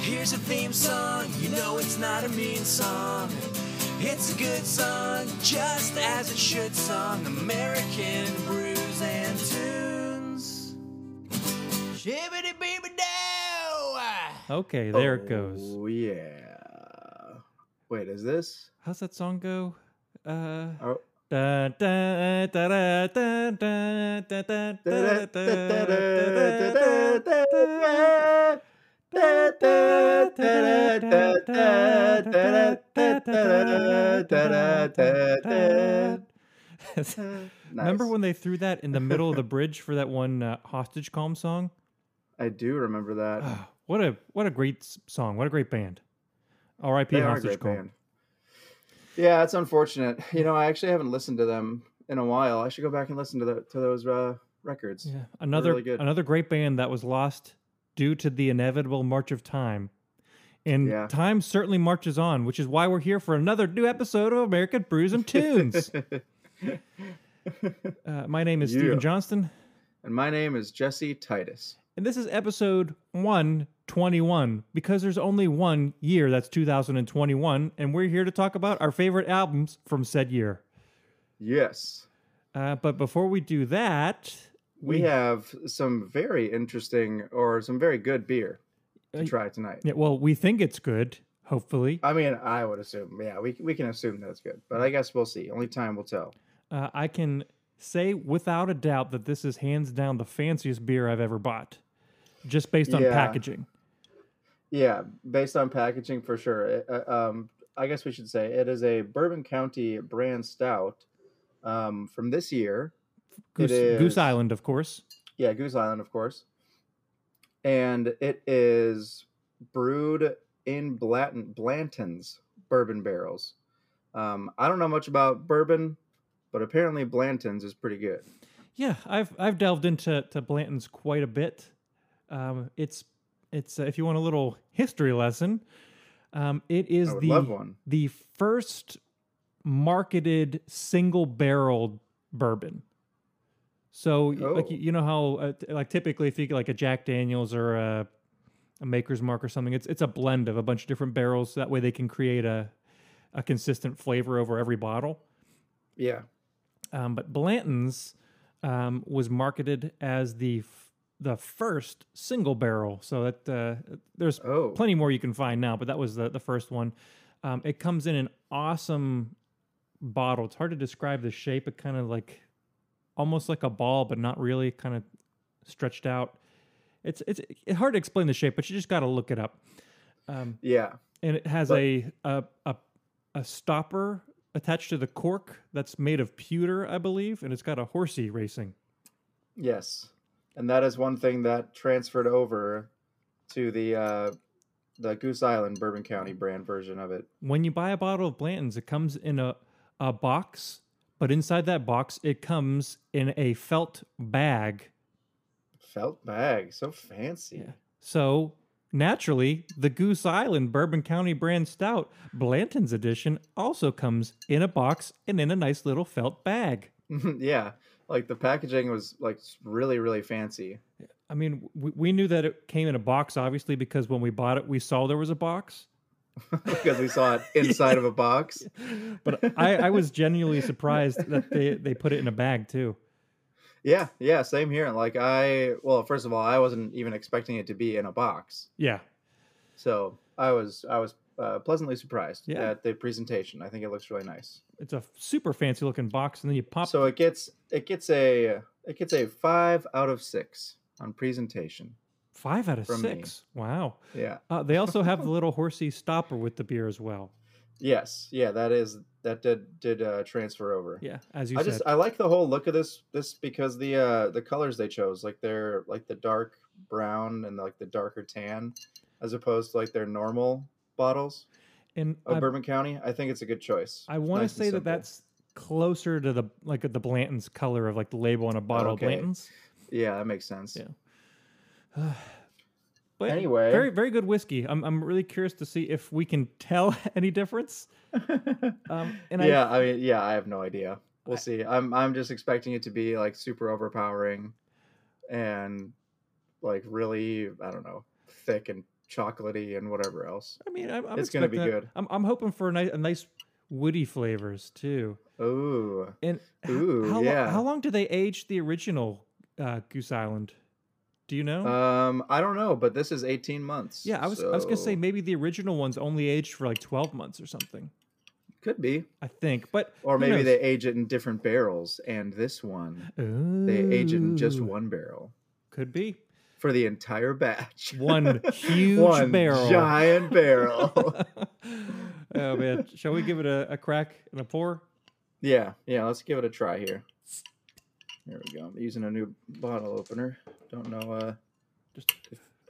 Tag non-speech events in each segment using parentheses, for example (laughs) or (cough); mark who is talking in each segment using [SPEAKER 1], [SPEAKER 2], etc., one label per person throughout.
[SPEAKER 1] Here's a theme song, you know it's not a mean song. It's a good song, just as it should song. American brews and tunes. Shibbity beeby dow!
[SPEAKER 2] Okay, there it goes.
[SPEAKER 3] Oh yeah. Wait, is this?
[SPEAKER 2] How's that song go? Uh,
[SPEAKER 3] Oh.
[SPEAKER 2] da- da- da- da- da- da- da- da- da- da- da-
[SPEAKER 3] (laughs)
[SPEAKER 2] da- da- da- da- Remember
[SPEAKER 3] Nice.
[SPEAKER 2] when they threw that in the middle of the bridge for that one uh, hostage calm song?
[SPEAKER 3] I do remember that.
[SPEAKER 2] Ah, (sighs) what a what a great s- song! What a great band! R.I.P.
[SPEAKER 3] They are a
[SPEAKER 2] Hostage
[SPEAKER 3] great
[SPEAKER 2] Calm.
[SPEAKER 3] band. Yeah, it's unfortunate. You know, I actually haven't listened to them in a while. I should go back and listen to the, to those uh, records.
[SPEAKER 2] Yeah, another
[SPEAKER 3] really good.
[SPEAKER 2] another great band that was lost due to the inevitable march of time. And
[SPEAKER 3] Yeah.
[SPEAKER 2] time certainly marches on, which is why we're here for another new episode of American Brews and
[SPEAKER 3] (laughs)
[SPEAKER 2] Tunes. uh, my name is
[SPEAKER 3] Yeah.
[SPEAKER 2] Stephen Johnston,
[SPEAKER 3] And my name is Jesse Titus.
[SPEAKER 2] and this is episode 121 because there's only one year that's 2021, and we're here to talk about our favorite albums from said year.
[SPEAKER 3] Yes,
[SPEAKER 2] Uh, but before we do that,
[SPEAKER 3] we have some very interesting or some very good beer to
[SPEAKER 2] Uh,
[SPEAKER 3] try tonight.
[SPEAKER 2] Yeah, well, we think it's good, hopefully.
[SPEAKER 3] I mean, I would assume. Yeah, we we can assume that it's good, but I guess we'll see. Only time will tell.
[SPEAKER 2] Uh, I can say without a doubt that this is hands down the fanciest beer I've ever bought, just based on
[SPEAKER 3] Yeah.
[SPEAKER 2] packaging.
[SPEAKER 3] Yeah, based on packaging for sure. It, uh, um, I guess we should say it is a Bourbon County brand stout um, from this year.
[SPEAKER 2] Goose,
[SPEAKER 3] is.
[SPEAKER 2] Goose Island, of course.
[SPEAKER 3] Yeah, Goose Island, of course. And it is brewed in Blanton, Blanton's bourbon barrels. Um, I don't know much about bourbon, but apparently Blanton's is pretty good.
[SPEAKER 2] Yeah, I've I've delved into to Blanton's quite a bit. Um, it's it's uh, if you want a little history lesson, um, it is
[SPEAKER 3] I would
[SPEAKER 2] the
[SPEAKER 3] love one.
[SPEAKER 2] the first marketed single barreled bourbon. So y- like
[SPEAKER 3] Oh.
[SPEAKER 2] you, you know how uh, t- like typically if you get like a Jack Daniel's or a, a Maker's Mark or something, it's it's a blend of a bunch of different barrels. that way they can create a a consistent flavor over every bottle.
[SPEAKER 3] Yeah.
[SPEAKER 2] Um, but Blanton's um, was marketed as the f- the first single barrel. So that uh, there's
[SPEAKER 3] Oh.
[SPEAKER 2] plenty more you can find now, but that was the, the first one. Um, it comes in an awesome bottle. It's hard to describe the shape. It kind of like almost like a ball, but not really. Kind of stretched out. It's it's it's hard to explain the shape, but you just got to look it up. Um,
[SPEAKER 3] Yeah.
[SPEAKER 2] and it has
[SPEAKER 3] But-
[SPEAKER 2] a, a a a stopper attached to the cork that's made of pewter, I believe, and it's got a horsey racing.
[SPEAKER 3] Yes, and that is one thing that transferred over to the uh, the Goose Island Bourbon County brand version of it.
[SPEAKER 2] When you buy a bottle of Blanton's, it comes in a a box, but inside that box, it comes in a felt bag.
[SPEAKER 3] Felt bag, so fancy.
[SPEAKER 2] Yeah. So naturally, the Goose Island Bourbon County brand stout, Blanton's edition, also comes in a box and in a nice little felt bag.
[SPEAKER 3] (laughs) Yeah. like the packaging was like s- really really fancy. (laughs)
[SPEAKER 2] I mean, we, we knew that it came in a box, obviously, because when we bought it, we saw there was a box.
[SPEAKER 3] because we saw it inside of a box.
[SPEAKER 2] But I, I was genuinely surprised that they, they put it in a bag too.
[SPEAKER 3] Yeah, yeah, same here. Like I, well, first of all, I wasn't even expecting it to be in a box,
[SPEAKER 2] Yeah.
[SPEAKER 3] so I was I was uh, pleasantly surprised
[SPEAKER 2] Yeah.
[SPEAKER 3] at the presentation. I think it looks really nice.
[SPEAKER 2] It's a super fancy looking box. And then you pop.
[SPEAKER 3] So it gets it gets a it gets a five out of six on presentation.
[SPEAKER 2] five out of
[SPEAKER 3] from
[SPEAKER 2] six. Wow.
[SPEAKER 3] Yeah.
[SPEAKER 2] Uh, they also have the little horsey stopper with the beer as well.
[SPEAKER 3] Yes. Yeah. That is that did did uh, transfer over.
[SPEAKER 2] Yeah. As you
[SPEAKER 3] I
[SPEAKER 2] said.
[SPEAKER 3] just I like the whole look of this this because the uh the colors they chose like they're like the dark brown and like the darker tan as opposed to like their normal bottles
[SPEAKER 2] and
[SPEAKER 3] of
[SPEAKER 2] I,
[SPEAKER 3] Bourbon County. I think it's a good choice.
[SPEAKER 2] I want to
[SPEAKER 3] nice and
[SPEAKER 2] say that
[SPEAKER 3] simple.
[SPEAKER 2] that's closer to the like the Blanton's color of like the label on a bottle
[SPEAKER 3] Okay.
[SPEAKER 2] of Blanton's. (sighs)
[SPEAKER 3] Yeah, that makes sense.
[SPEAKER 2] Yeah. But
[SPEAKER 3] Anyway.
[SPEAKER 2] very very good whiskey. I'm I'm really curious to see if we can tell (laughs) any difference. um, and I,
[SPEAKER 3] yeah, I, mean, yeah, I have no idea. We'll see. I'm I'm just expecting it to be like super overpowering, and like really, I don't know, thick and chocolatey and whatever else.
[SPEAKER 2] I mean, I'm, I'm
[SPEAKER 3] It's gonna be
[SPEAKER 2] expecting-
[SPEAKER 3] good.
[SPEAKER 2] I'm, I'm hoping for a nice, a nice woody flavors too.
[SPEAKER 3] Ooh,
[SPEAKER 2] And h-
[SPEAKER 3] Ooh,
[SPEAKER 2] how, lo-
[SPEAKER 3] yeah.
[SPEAKER 2] how long do they age the original uh, Goose Island? Do you know?
[SPEAKER 3] um, I don't know, but this is eighteen months.
[SPEAKER 2] yeah, I was I was gonna say
[SPEAKER 3] so
[SPEAKER 2] maybe the original ones only aged for like twelve months or something.
[SPEAKER 3] could be,
[SPEAKER 2] I think, but
[SPEAKER 3] or
[SPEAKER 2] who
[SPEAKER 3] maybe
[SPEAKER 2] knows?
[SPEAKER 3] they age it in different barrels, and this one they age it in just
[SPEAKER 2] Ooh,
[SPEAKER 3] one barrel
[SPEAKER 2] Could be
[SPEAKER 3] for the entire batch.
[SPEAKER 2] one huge
[SPEAKER 3] (laughs) One
[SPEAKER 2] barrel.
[SPEAKER 3] giant barrel.
[SPEAKER 2] (laughs) oh man, shall we give it a, a crack and a pour?
[SPEAKER 3] yeah, yeah. Let's give it a try here. There we go. I'm using a new bottle opener. Don't know uh,
[SPEAKER 2] Just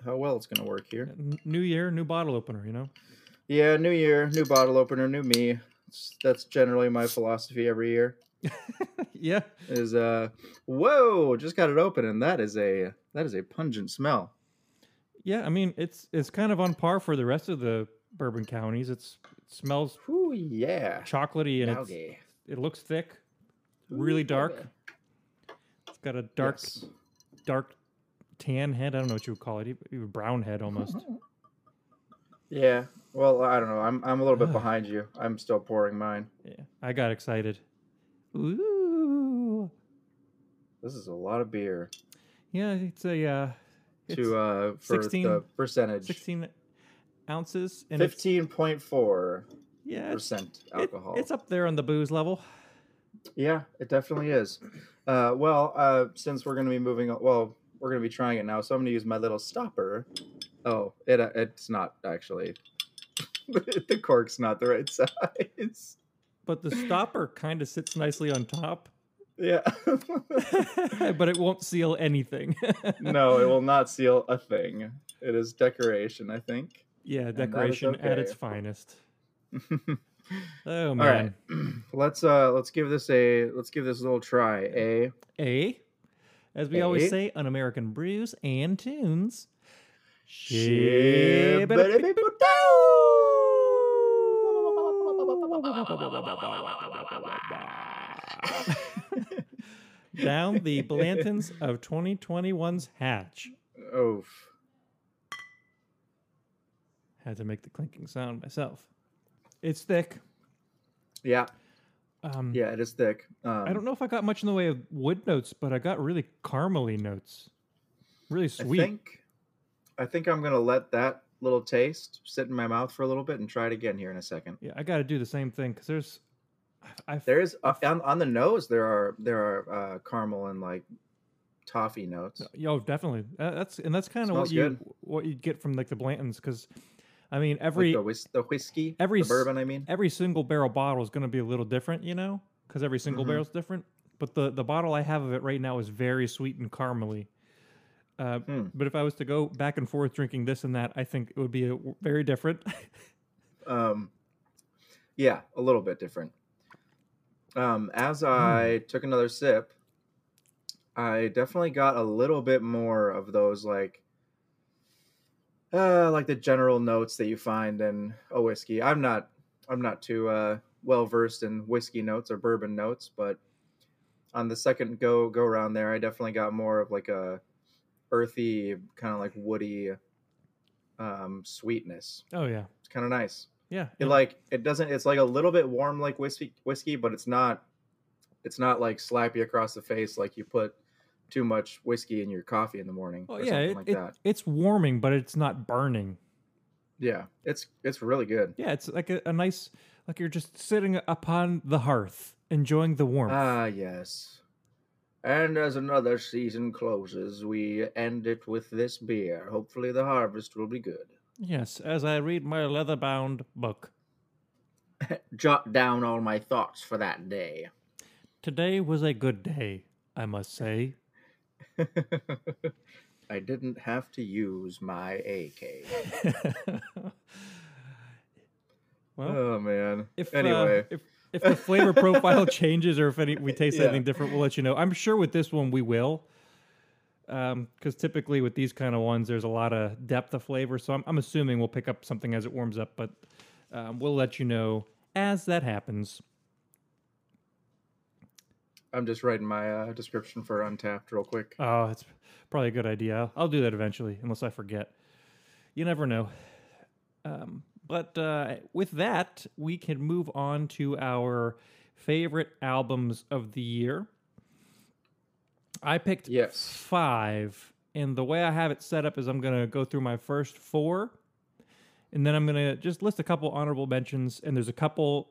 [SPEAKER 3] how well it's gonna work here.
[SPEAKER 2] n- new year, new bottle opener. You know. (laughs)
[SPEAKER 3] Yeah, new year, new bottle opener, new me. It's- That's generally my philosophy every year.
[SPEAKER 2] yeah.
[SPEAKER 3] Is uh, whoa, just got it open, and that is a that is a pungent smell.
[SPEAKER 2] Yeah, I mean it's it's kind of on par for the rest of the bourbon counties. It's it smells
[SPEAKER 3] Ooh yeah,
[SPEAKER 2] chocolatey and it's,
[SPEAKER 3] Doggy.
[SPEAKER 2] it looks thick, really
[SPEAKER 3] Ooh,
[SPEAKER 2] dark.
[SPEAKER 3] baby.
[SPEAKER 2] It's got a dark
[SPEAKER 3] Yes.
[SPEAKER 2] dark tan head. I don't know what you would call it, even- even brown head
[SPEAKER 3] (laughs)
[SPEAKER 2] almost.
[SPEAKER 3] Yeah. Well, I don't know. I'm I'm a little bit
[SPEAKER 2] Ugh.
[SPEAKER 3] behind you. I'm still pouring mine.
[SPEAKER 2] yeah, I got excited. Ooh,
[SPEAKER 3] This is a lot of beer
[SPEAKER 2] yeah, it's a uh, it's
[SPEAKER 3] to uh for
[SPEAKER 2] 16
[SPEAKER 3] the percentage.
[SPEAKER 2] sixteen ounces and it's
[SPEAKER 3] Fifteen point four
[SPEAKER 2] yeah, it's,
[SPEAKER 3] percent
[SPEAKER 2] it-
[SPEAKER 3] alcohol.
[SPEAKER 2] it's up there on the booze level.
[SPEAKER 3] Yeah, it definitely is. Uh, well, uh, since we're going to be moving, on, well, we're going to be trying it now, so I'm going to use my little stopper. Oh, it uh, it's not actually. (laughs) the cork's not the right size.
[SPEAKER 2] But the stopper kind of sits nicely on top,
[SPEAKER 3] Yeah. (laughs)
[SPEAKER 2] (laughs) but it won't seal anything. (laughs)
[SPEAKER 3] no, it will not seal a thing. It is decoration, I think.
[SPEAKER 2] Yeah,
[SPEAKER 3] that is
[SPEAKER 2] decoration at its
[SPEAKER 3] okay. (laughs)
[SPEAKER 2] finest. Oh
[SPEAKER 3] All right.
[SPEAKER 2] man.
[SPEAKER 3] (clears throat) let's uh let's give this a let's give this a little try. A
[SPEAKER 2] A, as we always
[SPEAKER 3] A.
[SPEAKER 2] say on American Brews and Tunes. Down
[SPEAKER 3] (laughs)
[SPEAKER 2] the Blantons of 2021's hatch.
[SPEAKER 3] Oof.
[SPEAKER 2] Had to make the clinking sound myself. It's thick.
[SPEAKER 3] Yeah,
[SPEAKER 2] Um,
[SPEAKER 3] yeah, it is thick. Um,
[SPEAKER 2] I don't know if I got much in the way of wood notes, but I got really caramely notes. Really sweet.
[SPEAKER 3] I think I think I'm gonna let that little taste sit in my mouth for a little bit and try it again here in a second.
[SPEAKER 2] yeah, I got to do the same thing because there's. I, I,
[SPEAKER 3] There is uh, on, on the nose. There are there are uh, caramel and like toffee notes.
[SPEAKER 2] Yeah, Oh, definitely. Uh, that's and that's kind of what
[SPEAKER 3] Smells
[SPEAKER 2] you
[SPEAKER 3] good.
[SPEAKER 2] what you get from like the Blantons because, I mean,
[SPEAKER 3] Every
[SPEAKER 2] every
[SPEAKER 3] the, whis- the whiskey,
[SPEAKER 2] every
[SPEAKER 3] the
[SPEAKER 2] s-
[SPEAKER 3] bourbon. I mean,
[SPEAKER 2] every single barrel bottle is going to be a little different, you know, because every single
[SPEAKER 3] Mhm.
[SPEAKER 2] barrel's different. But the the bottle I have of it right now is very sweet and caramely. Uh,
[SPEAKER 3] Hmm.
[SPEAKER 2] But if I was to go back and forth drinking this and that, I think it would be a w very different. (laughs)
[SPEAKER 3] um, yeah, a little bit different. Um, as I took another sip, I definitely got a little bit more of those like, uh, like the general notes that you find in a whiskey. I'm not, I'm not too uh, well versed in whiskey notes or bourbon notes, but on the second go go round there, I definitely got more of like a earthy kind of like woody um, sweetness.
[SPEAKER 2] oh yeah,
[SPEAKER 3] It's kind of nice.
[SPEAKER 2] yeah.
[SPEAKER 3] It
[SPEAKER 2] yeah.
[SPEAKER 3] like it doesn't. It's like a little bit warm, like whiskey, whiskey, but it's not. It's not like slap you across the face like you put too much whiskey in your coffee in the morning
[SPEAKER 2] Oh,
[SPEAKER 3] or
[SPEAKER 2] yeah,
[SPEAKER 3] something
[SPEAKER 2] it,
[SPEAKER 3] like
[SPEAKER 2] it-
[SPEAKER 3] that.
[SPEAKER 2] it's warming, but it's not burning.
[SPEAKER 3] Yeah, it's it's really good.
[SPEAKER 2] Yeah, it's like a, a nice, like you're just sitting upon the hearth, enjoying the warmth.
[SPEAKER 3] Ah, yes. And as another season closes, we end it with this beer. Hopefully, the harvest will be good.
[SPEAKER 2] yes, as I read my leather-bound book.
[SPEAKER 3] Jot down all my thoughts for that day.
[SPEAKER 2] Today was a good day, I must (laughs) say.
[SPEAKER 3] I didn't have to use my AK.
[SPEAKER 2] well,
[SPEAKER 3] Oh man.
[SPEAKER 2] if uh,
[SPEAKER 3] anyway.
[SPEAKER 2] if if the flavor profile (laughs) changes or if any we taste
[SPEAKER 3] Yeah.
[SPEAKER 2] anything different, we'll let you know. I'm sure with this one we will, because typically with these kind of ones, there's a lot of depth of flavor. So I'm, I'm assuming we'll pick up something as it warms up, but um, we'll let you know as that happens.
[SPEAKER 3] I'm just writing my uh, description for Untapped real quick.
[SPEAKER 2] Oh, it's probably a good idea. I'll do that eventually, unless I forget. you never know. Um, but uh, with that, we can move on to our favorite albums of the year. I picked
[SPEAKER 3] Yes.
[SPEAKER 2] five, and the way I have it set up is I'm going to go through my first four, and then I'm going to just list a couple honorable mentions. And there's a couple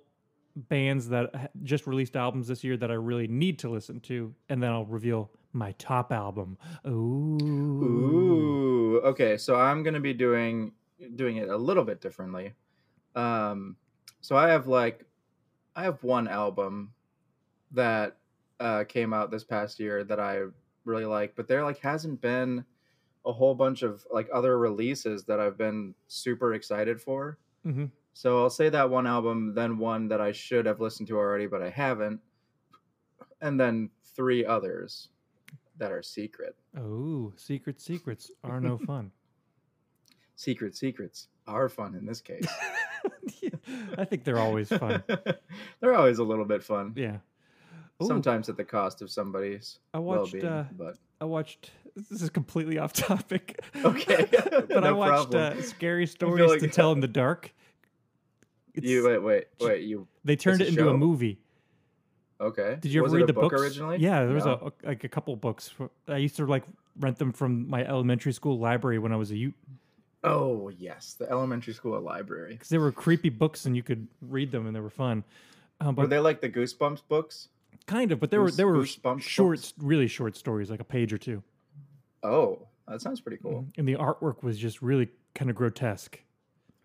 [SPEAKER 2] bands that ha- just released albums this year that I really need to listen to, and then I'll reveal my top album. Ooh.
[SPEAKER 3] Ooh. Okay, so I'm gonna be doing doing it a little bit differently. Um, so I have like, I have one album that uh, came out this past year that I really like, but there like hasn't been a whole bunch of like other releases that I've been super excited for.
[SPEAKER 2] Mhm.
[SPEAKER 3] So I'll say that one album, then one that I should have listened to already, but I haven't, and then three others that are secret.
[SPEAKER 2] Oh, secret secrets are no
[SPEAKER 3] (laughs)
[SPEAKER 2] fun.
[SPEAKER 3] secret secrets are fun in this case.
[SPEAKER 2] I think they're always fun.
[SPEAKER 3] (laughs) They're always a little bit fun.
[SPEAKER 2] Yeah. Ooh,
[SPEAKER 3] Sometimes at the cost of somebody's
[SPEAKER 2] I watched.
[SPEAKER 3] well-being,
[SPEAKER 2] Uh,
[SPEAKER 3] but
[SPEAKER 2] I watched. This is completely off topic.
[SPEAKER 3] (laughs) Okay.
[SPEAKER 2] (laughs) but I
[SPEAKER 3] No
[SPEAKER 2] watched
[SPEAKER 3] problem.
[SPEAKER 2] uh, scary
[SPEAKER 3] feel
[SPEAKER 2] stories
[SPEAKER 3] like-
[SPEAKER 2] to tell in the dark. It's-
[SPEAKER 3] you wait, wait, wait. You
[SPEAKER 2] they turned
[SPEAKER 3] it's
[SPEAKER 2] it
[SPEAKER 3] a
[SPEAKER 2] into a
[SPEAKER 3] show.
[SPEAKER 2] movie.
[SPEAKER 3] okay?
[SPEAKER 2] Did you ever
[SPEAKER 3] Was
[SPEAKER 2] read
[SPEAKER 3] it a
[SPEAKER 2] the
[SPEAKER 3] book
[SPEAKER 2] books?
[SPEAKER 3] originally?
[SPEAKER 2] Yeah, there was
[SPEAKER 3] No.
[SPEAKER 2] a, like a couple books. for- I used to like rent them from my elementary school library when I was a youth
[SPEAKER 3] Oh yes, the elementary school library.
[SPEAKER 2] because they were creepy books and you could read them and they were fun. Um,
[SPEAKER 3] Were
[SPEAKER 2] but
[SPEAKER 3] they like the Goosebumps books?
[SPEAKER 2] kind of, but there were
[SPEAKER 3] Goose-
[SPEAKER 2] there were
[SPEAKER 3] Goosebumps
[SPEAKER 2] short,
[SPEAKER 3] books?
[SPEAKER 2] really short stories, like a page or two. Mm-hmm.
[SPEAKER 3] Oh, that sounds pretty cool.
[SPEAKER 2] and the artwork was just really kind of grotesque.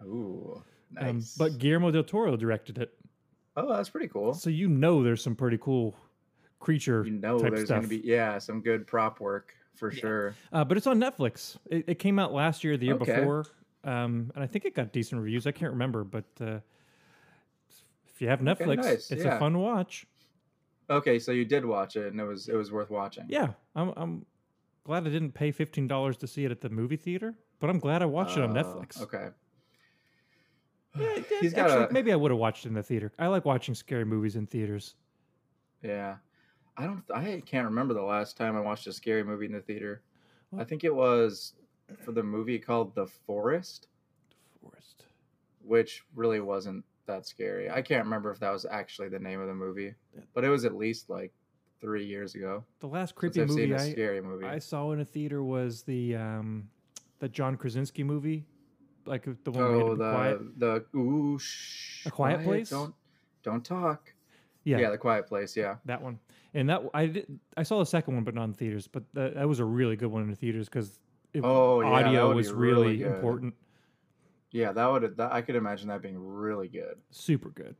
[SPEAKER 3] Ooh,
[SPEAKER 2] Mm-hmm. Um,
[SPEAKER 3] nice.
[SPEAKER 2] but Guillermo del Toro directed it,
[SPEAKER 3] oh, that's pretty cool.
[SPEAKER 2] so you know there's some pretty cool creature
[SPEAKER 3] You know,
[SPEAKER 2] type
[SPEAKER 3] there's
[SPEAKER 2] stuff.
[SPEAKER 3] gonna be yeah, some good prop work for sure.
[SPEAKER 2] Uh, but it's on Netflix. It, it came out last year, the year
[SPEAKER 3] Okay.
[SPEAKER 2] before, um, and I think it got decent reviews. I can't remember, but uh, if you have Netflix,
[SPEAKER 3] nice,
[SPEAKER 2] it's
[SPEAKER 3] yeah.
[SPEAKER 2] a fun watch.
[SPEAKER 3] Okay, so you did watch it, and it was it was worth watching.
[SPEAKER 2] Yeah, I'm, I'm glad I didn't pay fifteen dollars to see it at the movie theater, but I'm glad I watched it on
[SPEAKER 3] Oh,
[SPEAKER 2] Netflix.
[SPEAKER 3] Okay.
[SPEAKER 2] Yeah, yeah,
[SPEAKER 3] He's got
[SPEAKER 2] actually,
[SPEAKER 3] a-
[SPEAKER 2] maybe I would have watched it in the theater. I like watching scary movies in theaters.
[SPEAKER 3] Yeah. I don't I can't remember the last time I watched a scary movie in the theater. I
[SPEAKER 2] What?
[SPEAKER 3] think it was for the movie called The Forest,
[SPEAKER 2] Forest.
[SPEAKER 3] which really wasn't that scary. I can't remember if that was actually the name of the movie, but it was at least like 3 years ago.
[SPEAKER 2] The last
[SPEAKER 3] Since
[SPEAKER 2] creepy
[SPEAKER 3] I've seen
[SPEAKER 2] movie
[SPEAKER 3] a
[SPEAKER 2] I,
[SPEAKER 3] scary movie.
[SPEAKER 2] I saw in a theater was the um, the John Krasinski movie, like the one we had to
[SPEAKER 3] oh,
[SPEAKER 2] be quiet.
[SPEAKER 3] the the ooh, shh,
[SPEAKER 2] A Quiet Place?
[SPEAKER 3] Don't don't talk.
[SPEAKER 2] Yeah,
[SPEAKER 3] yeah, the quiet place, yeah.
[SPEAKER 2] that one. And that I did. I saw the second one, but not in theaters. But that, that was a really good one in the theaters because
[SPEAKER 3] Oh, yeah, that
[SPEAKER 2] audio
[SPEAKER 3] would
[SPEAKER 2] was
[SPEAKER 3] be really
[SPEAKER 2] really
[SPEAKER 3] good.
[SPEAKER 2] important.
[SPEAKER 3] Yeah, that would that, I could imagine that being really good.
[SPEAKER 2] Super good.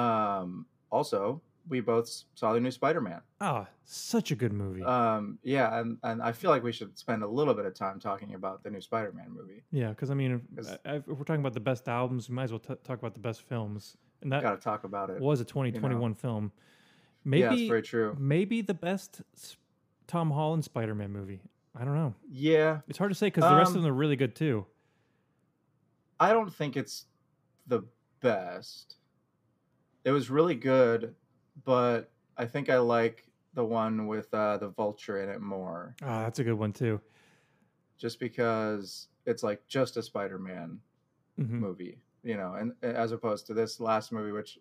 [SPEAKER 3] Um, also, we both s- saw the new Spider-Man.
[SPEAKER 2] Ah, such a good movie.
[SPEAKER 3] Um, yeah, and, and I feel like we should spend a little bit of time talking about the new Spider-Man movie.
[SPEAKER 2] yeah, because I mean, if,
[SPEAKER 3] 'cause-
[SPEAKER 2] I- if we're talking about the best albums, we might as well t- talk about the best films. And that
[SPEAKER 3] Got to talk about it.
[SPEAKER 2] was a 2021 film. Maybe
[SPEAKER 3] yeah, it's very true.
[SPEAKER 2] maybe the best s- Tom Holland Spider-Man movie. I don't know.
[SPEAKER 3] Yeah,
[SPEAKER 2] It's hard to say because the rest of
[SPEAKER 3] Um,
[SPEAKER 2] them are really good too.
[SPEAKER 3] I don't think it's the best. It was really good, but I think I like the one with uh, the vulture in it more,
[SPEAKER 2] Ah, that's a good one too.
[SPEAKER 3] just because it's like just a Spider-Man
[SPEAKER 2] Mhm.
[SPEAKER 3] movie, you know, and as opposed to this last movie, which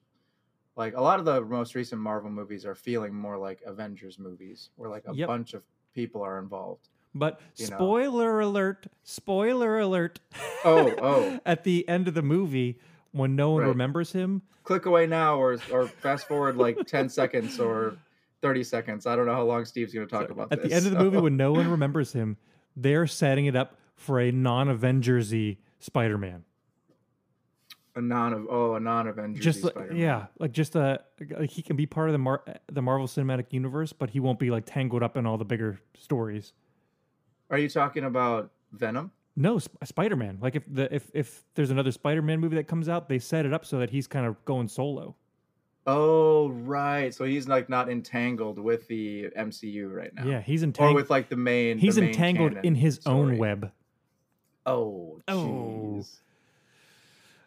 [SPEAKER 3] like a lot of the most recent Marvel movies are feeling more like Avengers movies, where like a
[SPEAKER 2] Yep.
[SPEAKER 3] bunch of people are involved.
[SPEAKER 2] But
[SPEAKER 3] You know.
[SPEAKER 2] spoiler alert! Spoiler alert!
[SPEAKER 3] Oh, oh.
[SPEAKER 2] (laughs) At the end of the movie, when no one
[SPEAKER 3] Right.
[SPEAKER 2] remembers him,
[SPEAKER 3] Click away now, or or fast forward like ten seconds or thirty seconds. I don't know how long Steve's going to talk about
[SPEAKER 2] at
[SPEAKER 3] this.
[SPEAKER 2] the end of the
[SPEAKER 3] so- (laughs)
[SPEAKER 2] movie, when no one remembers him, they're setting it up for a non-Avengersy Spider-Man.
[SPEAKER 3] a non of oh a non Avengers
[SPEAKER 2] Just like, yeah, like just a like he can be part of the Mar- the Marvel Cinematic Universe, but he won't be like tangled up in all the bigger stories.
[SPEAKER 3] Are you talking about Venom?
[SPEAKER 2] No, Sp- Spider-Man. Like if the if if there's another Spider-Man movie that comes out, they set it up so that he's kind of going solo.
[SPEAKER 3] Oh right, so he's like not entangled with the MCU right now.
[SPEAKER 2] Yeah, he's
[SPEAKER 3] Or
[SPEAKER 2] entangled.
[SPEAKER 3] with like the main. the
[SPEAKER 2] he's
[SPEAKER 3] main
[SPEAKER 2] entangled
[SPEAKER 3] canon
[SPEAKER 2] in his own
[SPEAKER 3] story.
[SPEAKER 2] web.
[SPEAKER 3] Oh,
[SPEAKER 2] Oh.
[SPEAKER 3] jeez.